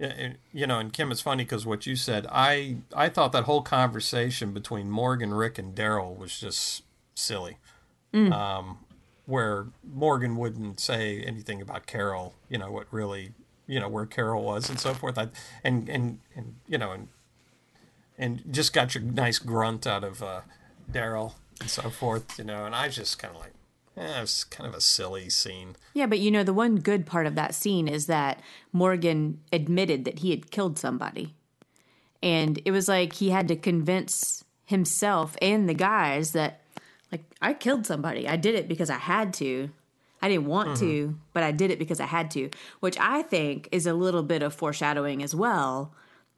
uh, uh, you know, and Kim, it's funny because what you said, I I thought that whole conversation between Morgan, Rick, and Daryl was just silly. Um, where Morgan wouldn't say anything about Carol, you know, what really, you know, where Carol was and so forth. I, and and and you know, and and just got your nice grunt out of uh, Daryl and so forth, you know. And I just kind of like, eh, it's kind of a silly scene.
Yeah, but you know, the one good part of that scene is that Morgan admitted that he had killed somebody. And it was like he had to convince himself and the guys that, like, I killed somebody. I did it because I had to. I didn't want to, but I did it because I had to, which I think is a little bit of foreshadowing as well,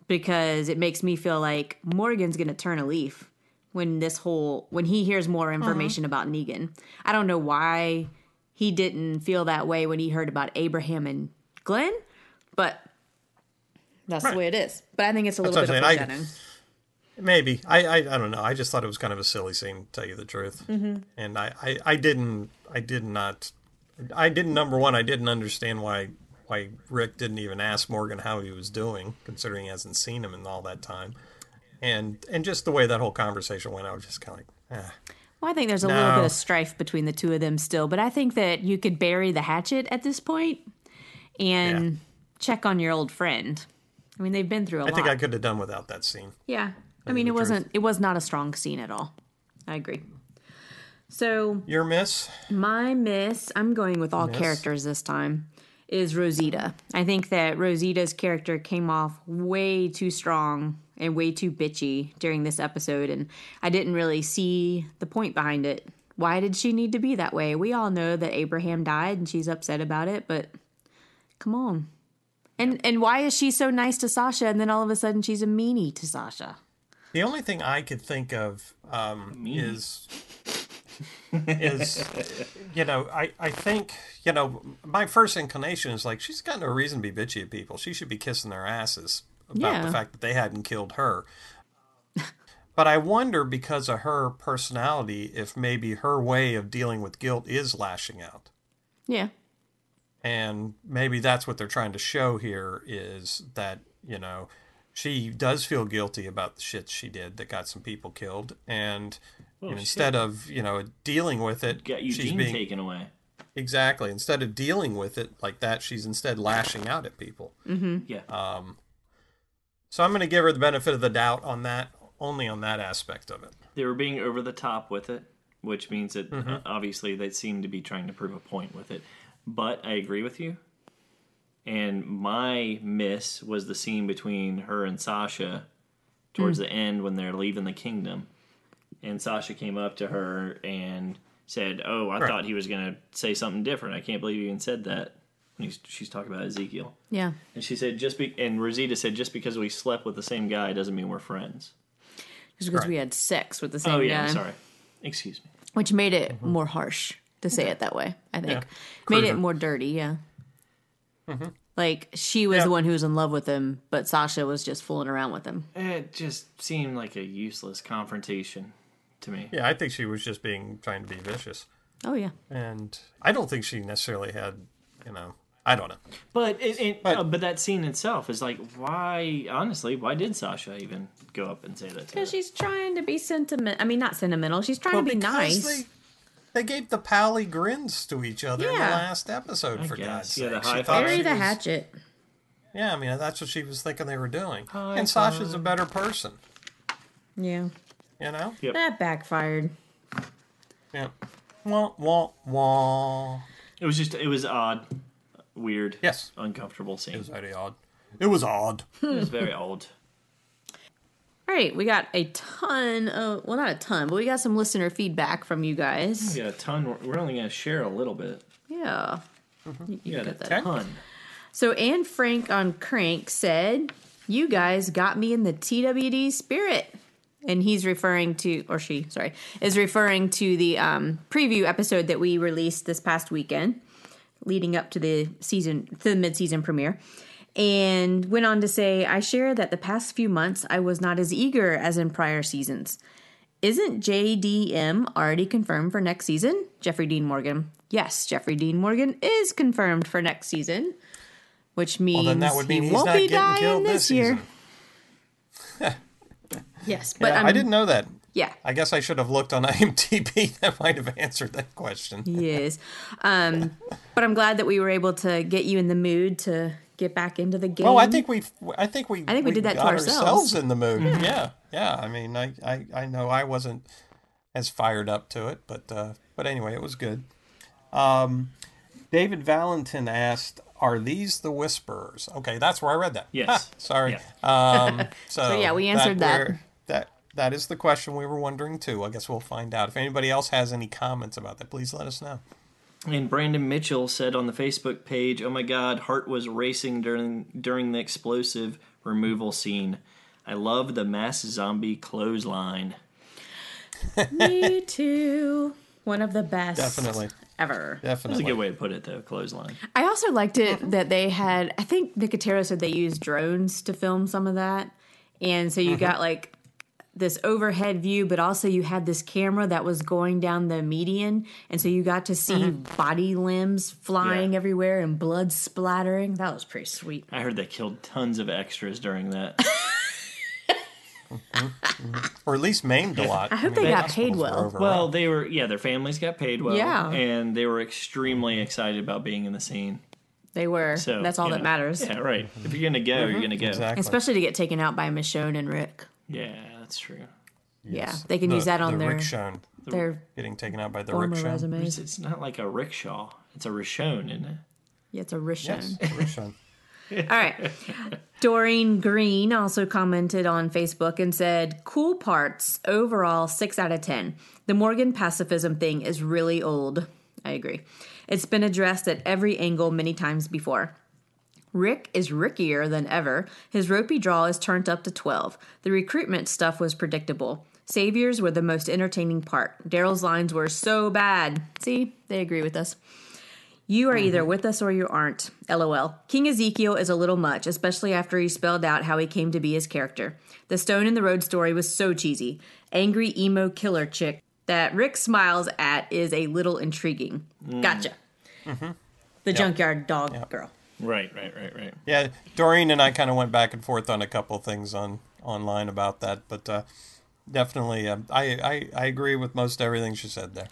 because it makes me feel like Morgan's going to turn a leaf when this whole, when he hears more information about Negan. I don't know why he didn't feel that way when he heard about Abraham and Glenn, but that's the way it is. But I think it's a little
That's
bit of
what I'm saying. I-
foreshadowing.
Maybe I, I I don't know. I just thought it was kind of a silly scene, to tell you the truth.
Mm-hmm.
And I, I I didn't I did not I didn't number one I didn't understand why why Rick didn't even ask Morgan how he was doing, considering he hasn't seen him in all that time. And and just the way that whole conversation went, I was just kind of like, eh.
Well, I think there's a little
No.
bit of strife between the two of them still, but I think that you could bury the hatchet at this point and
Yeah.
check on your old friend. I mean, they've been through a
I
lot.
think I could have done without that scene.
yeah. I mean, it
the truth.
wasn't, it was not a strong scene at all. I agree. So,
Your miss?
my miss, I'm going with all characters this time, is Rosita. I think that Rosita's character came off way too strong and way too bitchy during this episode, and I didn't really see the point behind it. Why did she need to be that way? We all know that Abraham died and she's upset about it, but come on. And and why is she so nice to Sasha and then all of a sudden she's a meanie to Sasha?
The only thing I could think of um, is is you know I I think you know my first inclination is like she's got no reason to be bitchy at people. She should be kissing their asses about
Yeah.
the fact that they hadn't killed her. But I wonder because of her personality if maybe her way of dealing with guilt is lashing out.
Yeah.
and maybe that's what they're trying to show here is that you know she does feel guilty about the shit she did that got some people killed and you know, instead of you know dealing with it
Got
she's
Eugene
being
taken away.
exactly instead of dealing with it like that she's instead lashing out at people
Yeah.
so i'm going to give her the benefit of the doubt on that only on that aspect of it
they were being over the top with it, which means that uh, obviously they seem to be trying to prove a point with it. But I agree with you. And my miss was the scene between her and Sasha towards the end when they're leaving the kingdom. And Sasha came up to her and said, Oh, I thought he was going to say something different. I can't believe he even said that. And he's, she's talking about Ezekiel.
Yeah.
And she said, just be, and Rosita said, just because we slept with the same guy doesn't mean we're friends.
Just because
Right.
we had sex with the same
Oh, yeah,
guy.
I'm sorry. Excuse me.
Which made it more harsh to say it that way, I think. Made it
Cruder.
more dirty, yeah. Mm-hmm. Like she was the one who was in love with him, but Sasha was just fooling around with him.
It just seemed like a useless confrontation to me.
yeah i think she was just being trying to be vicious
Oh yeah.
and i don't think she necessarily had you know i don't know
But it, it,
But-
but, but that scene itself is like, why? Honestly, why did Sasha even go up and say that? To her?
Because she's trying to be sentimental. I mean, not sentimental. She's trying to be
because
nice.
They, they gave the pally grins to each other in the
Yeah.
last episode, for
guess.
God's
Yeah, the
sake. she
high
thought
five.
Bury
she
the
was-
hatchet.
Yeah, I mean, that's what she was thinking they were doing. and Sasha's a better person,
Yeah.
you know?
Yep.
That backfired.
Yeah. Wah, wah, wah.
It was just, it was odd, weird,
Yes.
uncomfortable scene.
It
It
was
was,
very odd. It was odd.
very old.
All right, we got a ton of well, not a ton, but we got some listener feedback from you guys.
Yeah, a ton. We're- We're only gonna share a little bit.
Yeah. Mm-hmm.
You got a
that.
ton.
So Anne Frank on Crank said, "You guys got me in the TWD spirit." And he's referring to, or she, sorry, is referring to the um, preview episode that we released this past weekend, leading up to the season, to the mid-season premiere, and went on to say, "I share that the past few months I was not as eager as in prior seasons. Isn't JDM already confirmed for next season? Jeffrey Dean Morgan. Yes, Jeffrey Dean Morgan is confirmed for next season, which means
Well, then that would mean
he
he's
won't
not
be
getting
dying
killed
this,
this
year.
season.
Yes, but
I didn't know that.
Yeah.
I guess I should have looked on IMDb. That might have answered that question.
Yes. Um, but I'm glad that we were able to get you in the mood to get back into the game.
Well, I think we, I think we, I
think we did that to ourselves.
in the mood. Yeah. yeah, I mean, I, I, I know I wasn't as fired up to it, but, uh, but anyway, it was good. Um, David Valentin asked, "Are these the whisperers?" Okay, that's where I read that.
Yes.
Ha, sorry. Um, so,
yeah, we answered that.
we're- That that is the question we were wondering too. I guess we'll find out if anybody else has any comments about that. Please let us know.
And Brandon Mitchell said on the Facebook page, "Oh my God, heart was racing during during the explosive removal scene. I love the mass zombie clothesline."
me too. One of the best
Definitely,
ever.
That's
definitely.
a good way to put it, though. Clothesline.
I also liked it that they had. I think Nicotero said they used drones to film some of that, and so you got like this overhead view, but also you had this camera that was going down the median, and so you got to see body limbs flying
Yeah.
everywhere and blood splattering. That was pretty sweet.
I heard they killed tons of extras during that.
or at least maimed a lot. I
hope they got paid well.
well, they were yeah, their families got paid well,
Yeah.
and they were extremely excited about being in the scene.
They were.
So
That's all
you
that
know.
matters. Mm-hmm.
Yeah, right. If you're gonna go, you're gonna go.
Exactly.
Especially to get taken out by Michonne and Rick.
Yeah, that's true.
Yeah, they can use that on
the
their
rickshaw
their
getting taken out by the
former
rickshaw.
It's,
resumes.
it's not like a rickshaw; it's a Rishon, isn't it?
Yeah, it's a Rishon.
Yes, rickshaw.
All right. Doreen Green also commented on Facebook and said, Cool parts, overall, 6 out of 10. The Morgan pacifism thing is really old. I agree. It's been addressed at every angle many times before. Rick is rickier than ever. His ropey draw is turned up to 12. The recruitment stuff was predictable. Saviors were the most entertaining part. Daryl's lines were so bad. See, they agree with us. You are either with us or you aren't. LOL. King Ezekiel is a little much, especially after he spelled out how he came to be his character. The Stone in the Road story was so cheesy. Angry emo killer chick that Rick smiles at is a little intriguing. Gotcha. The junkyard dog girl.
Right, right, right, right.
Yeah, Doreen and I kind of went back and forth on a couple of things on online about that, but uh, definitely, uh, I, I I agree with most everything she said there.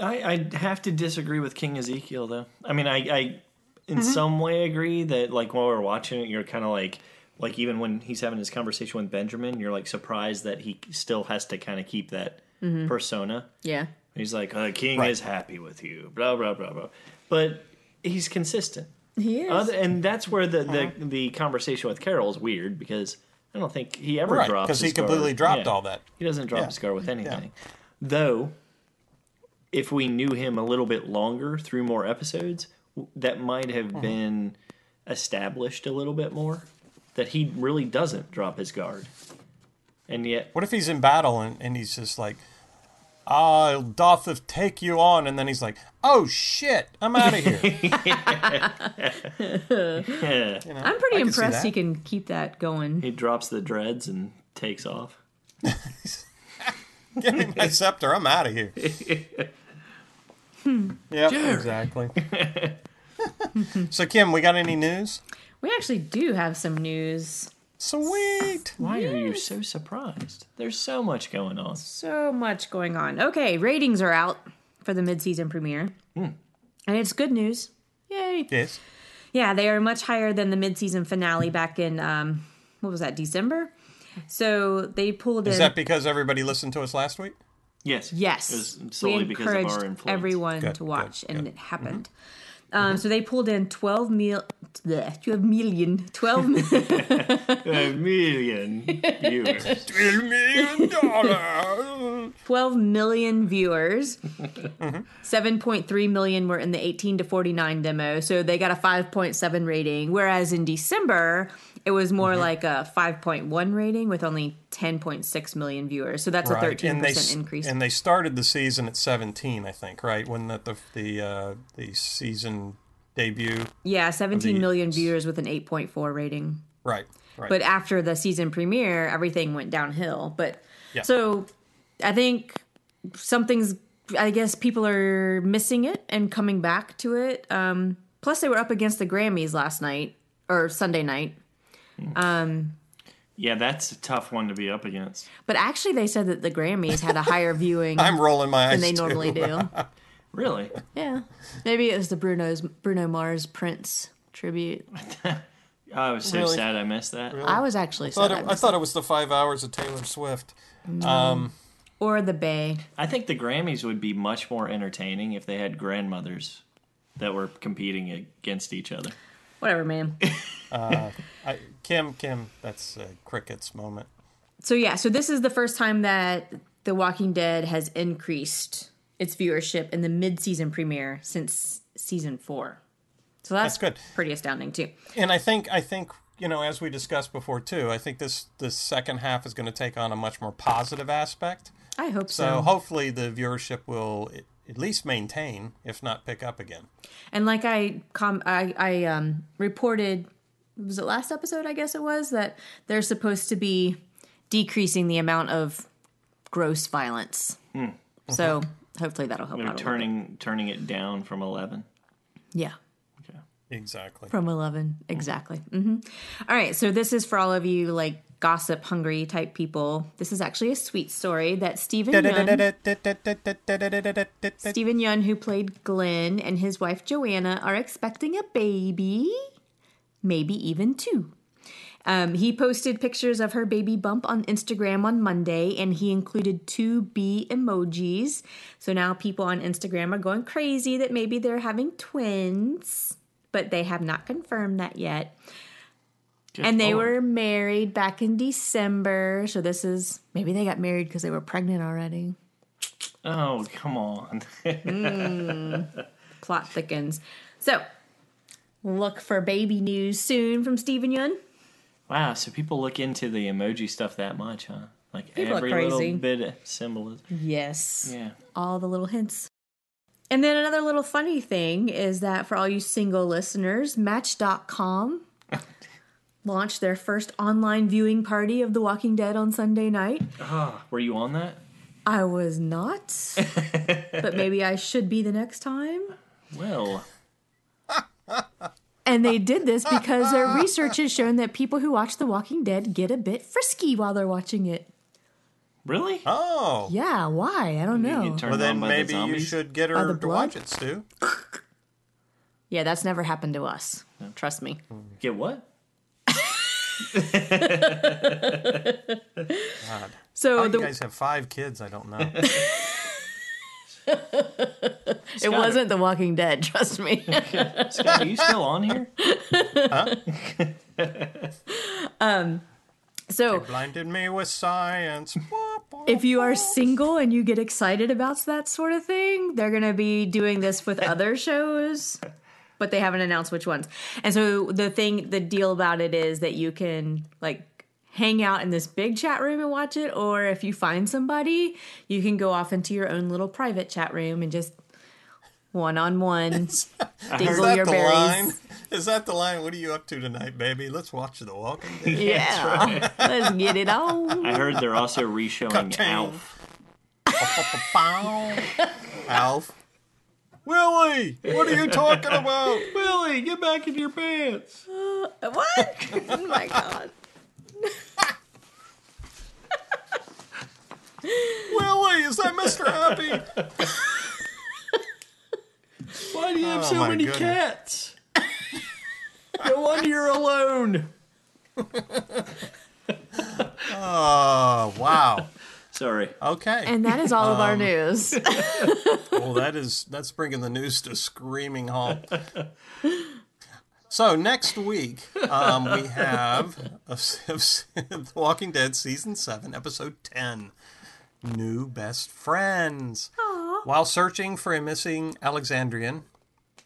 I, I have to disagree with King Ezekiel though. I mean, I, I
Mm-hmm.
in some way agree that like while we're watching it, you're kind of like like even when he's having his conversation with Benjamin, you're like surprised that he still has to kind of keep that
Mm-hmm.
persona.
Yeah.
He's like, uh, King is happy with you, blah blah blah blah. But he's consistent,
He is.
Other, and that's where the,
Uh-huh.
the the conversation with Carol is weird because I don't think he ever
Right,
drops
'cause he
his guard.
completely dropped all that.
He doesn't drop
Yeah.
his guard with anything, though. If we knew him a little bit longer through more episodes, w- that might have
Mm-hmm.
been established a little bit more that he really doesn't drop his guard, and yet
What if he's in battle and, and he's just like, "I'll doth take you on," and then he's like, "Oh shit, I'm out of here."
I'm pretty
can see
impressed
that.
he can keep that going.
he drops the dreads and takes off.
Give me my scepter. I'm out of here. yeah, exactly. so Kim, we got any news?
We actually do have some news.
Sweet.
Why are you so surprised? There's so much going on.
So much going on. Okay, ratings are out for the midseason premiere. And it's good news. Yay.
Yes.
Yeah, they are much higher than the midseason finale back in, um, what was that, December? So they pulled
Is
in.
that because everybody listened to us last week?
Yes.
Yes,
It was
we
solely because of
encouraged
our influence. Mm-hmm.
everyone
Good,
to watch,
good,
and
good.
it happened. Um, So they pulled in 12 mil, bleh, 12 million, 12 million
A million viewers.
Million dollars.
12 million viewers.
Mm-hmm.
7.3 million were in the 18 to 49 demo, so they got a 5.7 rating. Whereas in December, it was more
Mm-hmm.
like a 5.1 rating with only 10.6 million viewers. So that's a 13%
and they s-
increase.
And they started the season at 17, I think, right? When that the the uh, the season debut,
yeah, 17
the-
million viewers with an 8.4 rating.
right? Right.
But after the season premiere, everything went downhill. But
Yeah.
so I think something's, I guess people are missing it and coming back to it. Um, plus, they were up against the Grammys last night or Sunday night.
yeah, that's a tough one to be up against.
But actually, they said that the Grammys had a higher viewing
I'm rolling my eyes.
than they
too.
normally do.
Really?
Yeah. Maybe it was the Bruno's Bruno Mars Prince tribute.
I was so
Really?
sad I missed that.
I was actually
I
sad.
thought, it, I thought it was the five hours of Taylor Swift.
or the Bay.
I think the Grammys would be much more entertaining if they had grandmothers that were competing against each other.
Whatever, man.
I, Kim, Kim, that's a crickets moment.
So yeah, so this is the first time that The Walking Dead has increased its viewership in the mid-season premiere since season 4. So that's,
That's good.
pretty astounding too.
And I think I think you know, as we discussed before too, I think this this second half is going to take on a much more positive aspect.
I hope so.
So hopefully the viewership will i- at least maintain, if not pick up again.
And like I com I, I um reported was it last episode I guess it was that they're supposed to be decreasing the amount of gross violence.
Hmm.
So
Uh-huh.
hopefully that'll help
They're
out. a little bit.
turning turning it down from eleven.
Yeah.
Exactly.
From 11. Exactly. hmm All right. So, this is for all of you like gossip hungry type people. This is actually a sweet story that Stephen Yun, Stephen Yun, who played Glenn, and his wife Joanna are expecting a baby, maybe even two. Um, he posted pictures of her baby bump on Instagram on Monday, and he included two bee emojis. So now people on Instagram are going crazy that maybe they're having twins. but they have not confirmed that yet. and
oh,
they were married back in December. So this is maybe they got married because they were pregnant already.
Oh, come on.
Plot thickens. So look for baby news soon from Steven Yun.
wow, so people look into the emoji stuff that much, huh? Like
are
every
crazy.
little bit of symbolism.
Yes.
Yeah.
all the little hints. And then another little funny thing is that for all you single listeners, Match.com launched their first online viewing party of The Walking Dead on Sunday night.
Were you on that?
I was not, but maybe I should be the next time.
Well,
And they did this because their research has shown that people who watch The Walking Dead get a bit frisky while they're watching it.
really?
Oh.
Yeah, why? I don't
You
know.
get turned
Well, then
on by the
maybe you
zombies?
should get
By
her
the
to
blood? Oh,
watch it, Stu.
Yeah, that's never happened to us. Trust me.
Get what?
God.
So
How
the,
Oh, you guys have five kids? I don't know.
it wasn't The Walking Dead, trust me.
Scott, are you still on here?
So
Blinded me with science. Womp womp.
if you are single and you get excited about that sort of thing, they're going to be doing this with other shows, but they haven't announced which ones. And so the thing, the deal about it is that you can like hang out in this big chat room and watch it, or if you find somebody, you can go off into your own little private chat room and just one on one
Is
dingle
that
your
the
berries.
line? Is that the line? What are you up to tonight, baby? Let's watch The Walking Dead.
Yeah, let's get it on.
I heard they're also reshowing
Ka-ting.
Alf.
Bow. Alf. Willie, what are you talking about?
Billy, get back in your pants.
What? Oh my god.
Willie, is that Mr. Happy?
Why do you have
Oh,
so
my
many
goodness.
cats? no wonder you're alone.
Oh, wow.
Sorry.
Okay.
And that is all of our news.
well, that is that's bringing the news to screaming halt. So next week um, we have of, of- The Walking Dead season seven, episode ten, new best friends. While searching for a missing Alexandrian,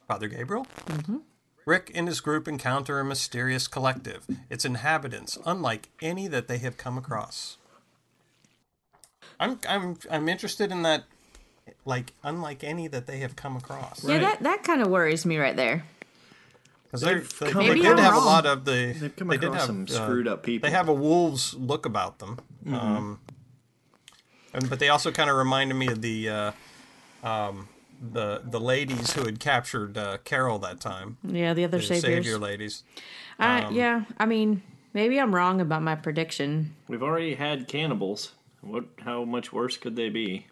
Father Gabriel, Rick and his group encounter a mysterious collective. Its inhabitants, unlike any that they have come across. I'm I'm I'm interested in that like unlike any that they have come across.
Yeah, that, that kind of worries me right there.
Because they,
They've
they,
come
they
Maybe
did
I'm
have a
wrong.
lot of the.
They've come
they did
across
have,
some
uh,
screwed up people. Mm-hmm.
They have a wolves look about them, um, and, but they also kind of reminded me of the uh, um, the the ladies who had captured uh, Carol that time,
Yeah, the other
the
saviors.
savior ladies.
I-
Um,
yeah, I mean, maybe I'm wrong about my prediction.
We've already had cannibals. What? How much worse could they be?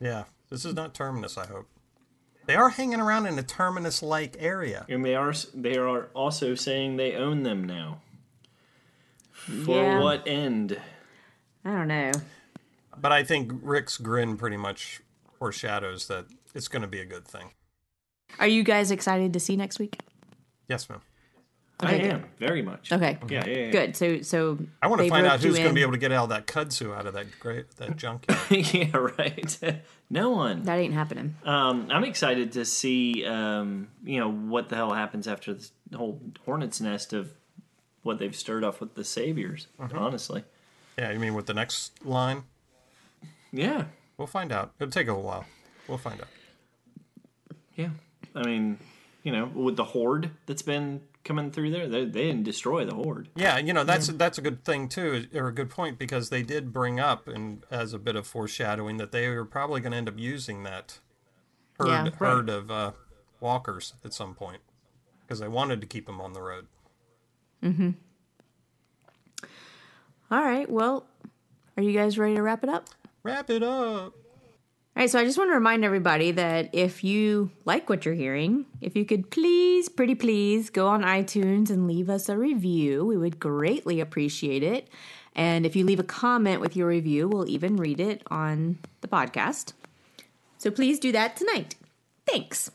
Yeah, this is not terminus. I hope they are hanging around in a terminus like area.
And they are they are also saying they own them now. For
Yeah.
what end?
I don't know.
But I think Rick's grin pretty much foreshadows that it's going to be a good thing.
Are you guys excited to see next week?
Yes, ma'am.
I am very much.
Okay.
Yeah, yeah, yeah.
Good. So, so
I want to
they
find out
roped you
who's going to
in.
be able to get all that kudzu out of that great that junkyard.
yeah, right. no one.
That ain't happening.
Um, I'm excited to see, um, you know, what the hell happens after this whole hornet's nest of what they've stirred up with the saviors. Honestly,
yeah, you mean with the next line?
yeah,
We'll find out. It'll take a while. We'll find out.
yeah. I mean, you know, with the horde that's been coming through there, they, they didn't destroy the horde.
Yeah, you know that's that's a good thing too, or a good point because they did bring up and as a bit of foreshadowing that they were probably going to end up using that herd
Yeah.
herd of uh, walkers at some point because they wanted to keep them on the road.
All right. Well, are you guys ready to wrap it up?
Wrap it up.
All right, so I just want to remind everybody that if you like what you're hearing, if you could please, pretty please, go on iTunes and leave us a review. We would greatly appreciate it. And if you leave a comment with your review, we'll even read it on the podcast. So please do that tonight. Thanks.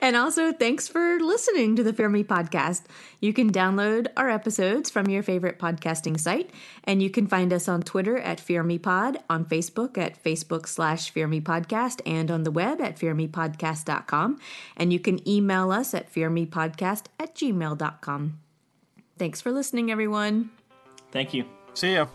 And also, thanks for listening to the Fear Me podcast. You can download our episodes from your favorite podcasting site, and you can find us on Twitter at Fear Me Pod, on Facebook at Facebook slash Fear Me Podcast, and on the web at fearmepodcast.com. And you can email us at fearmepodcast at gmail.com. Thanks for listening, everyone.
Thank you.
See ya.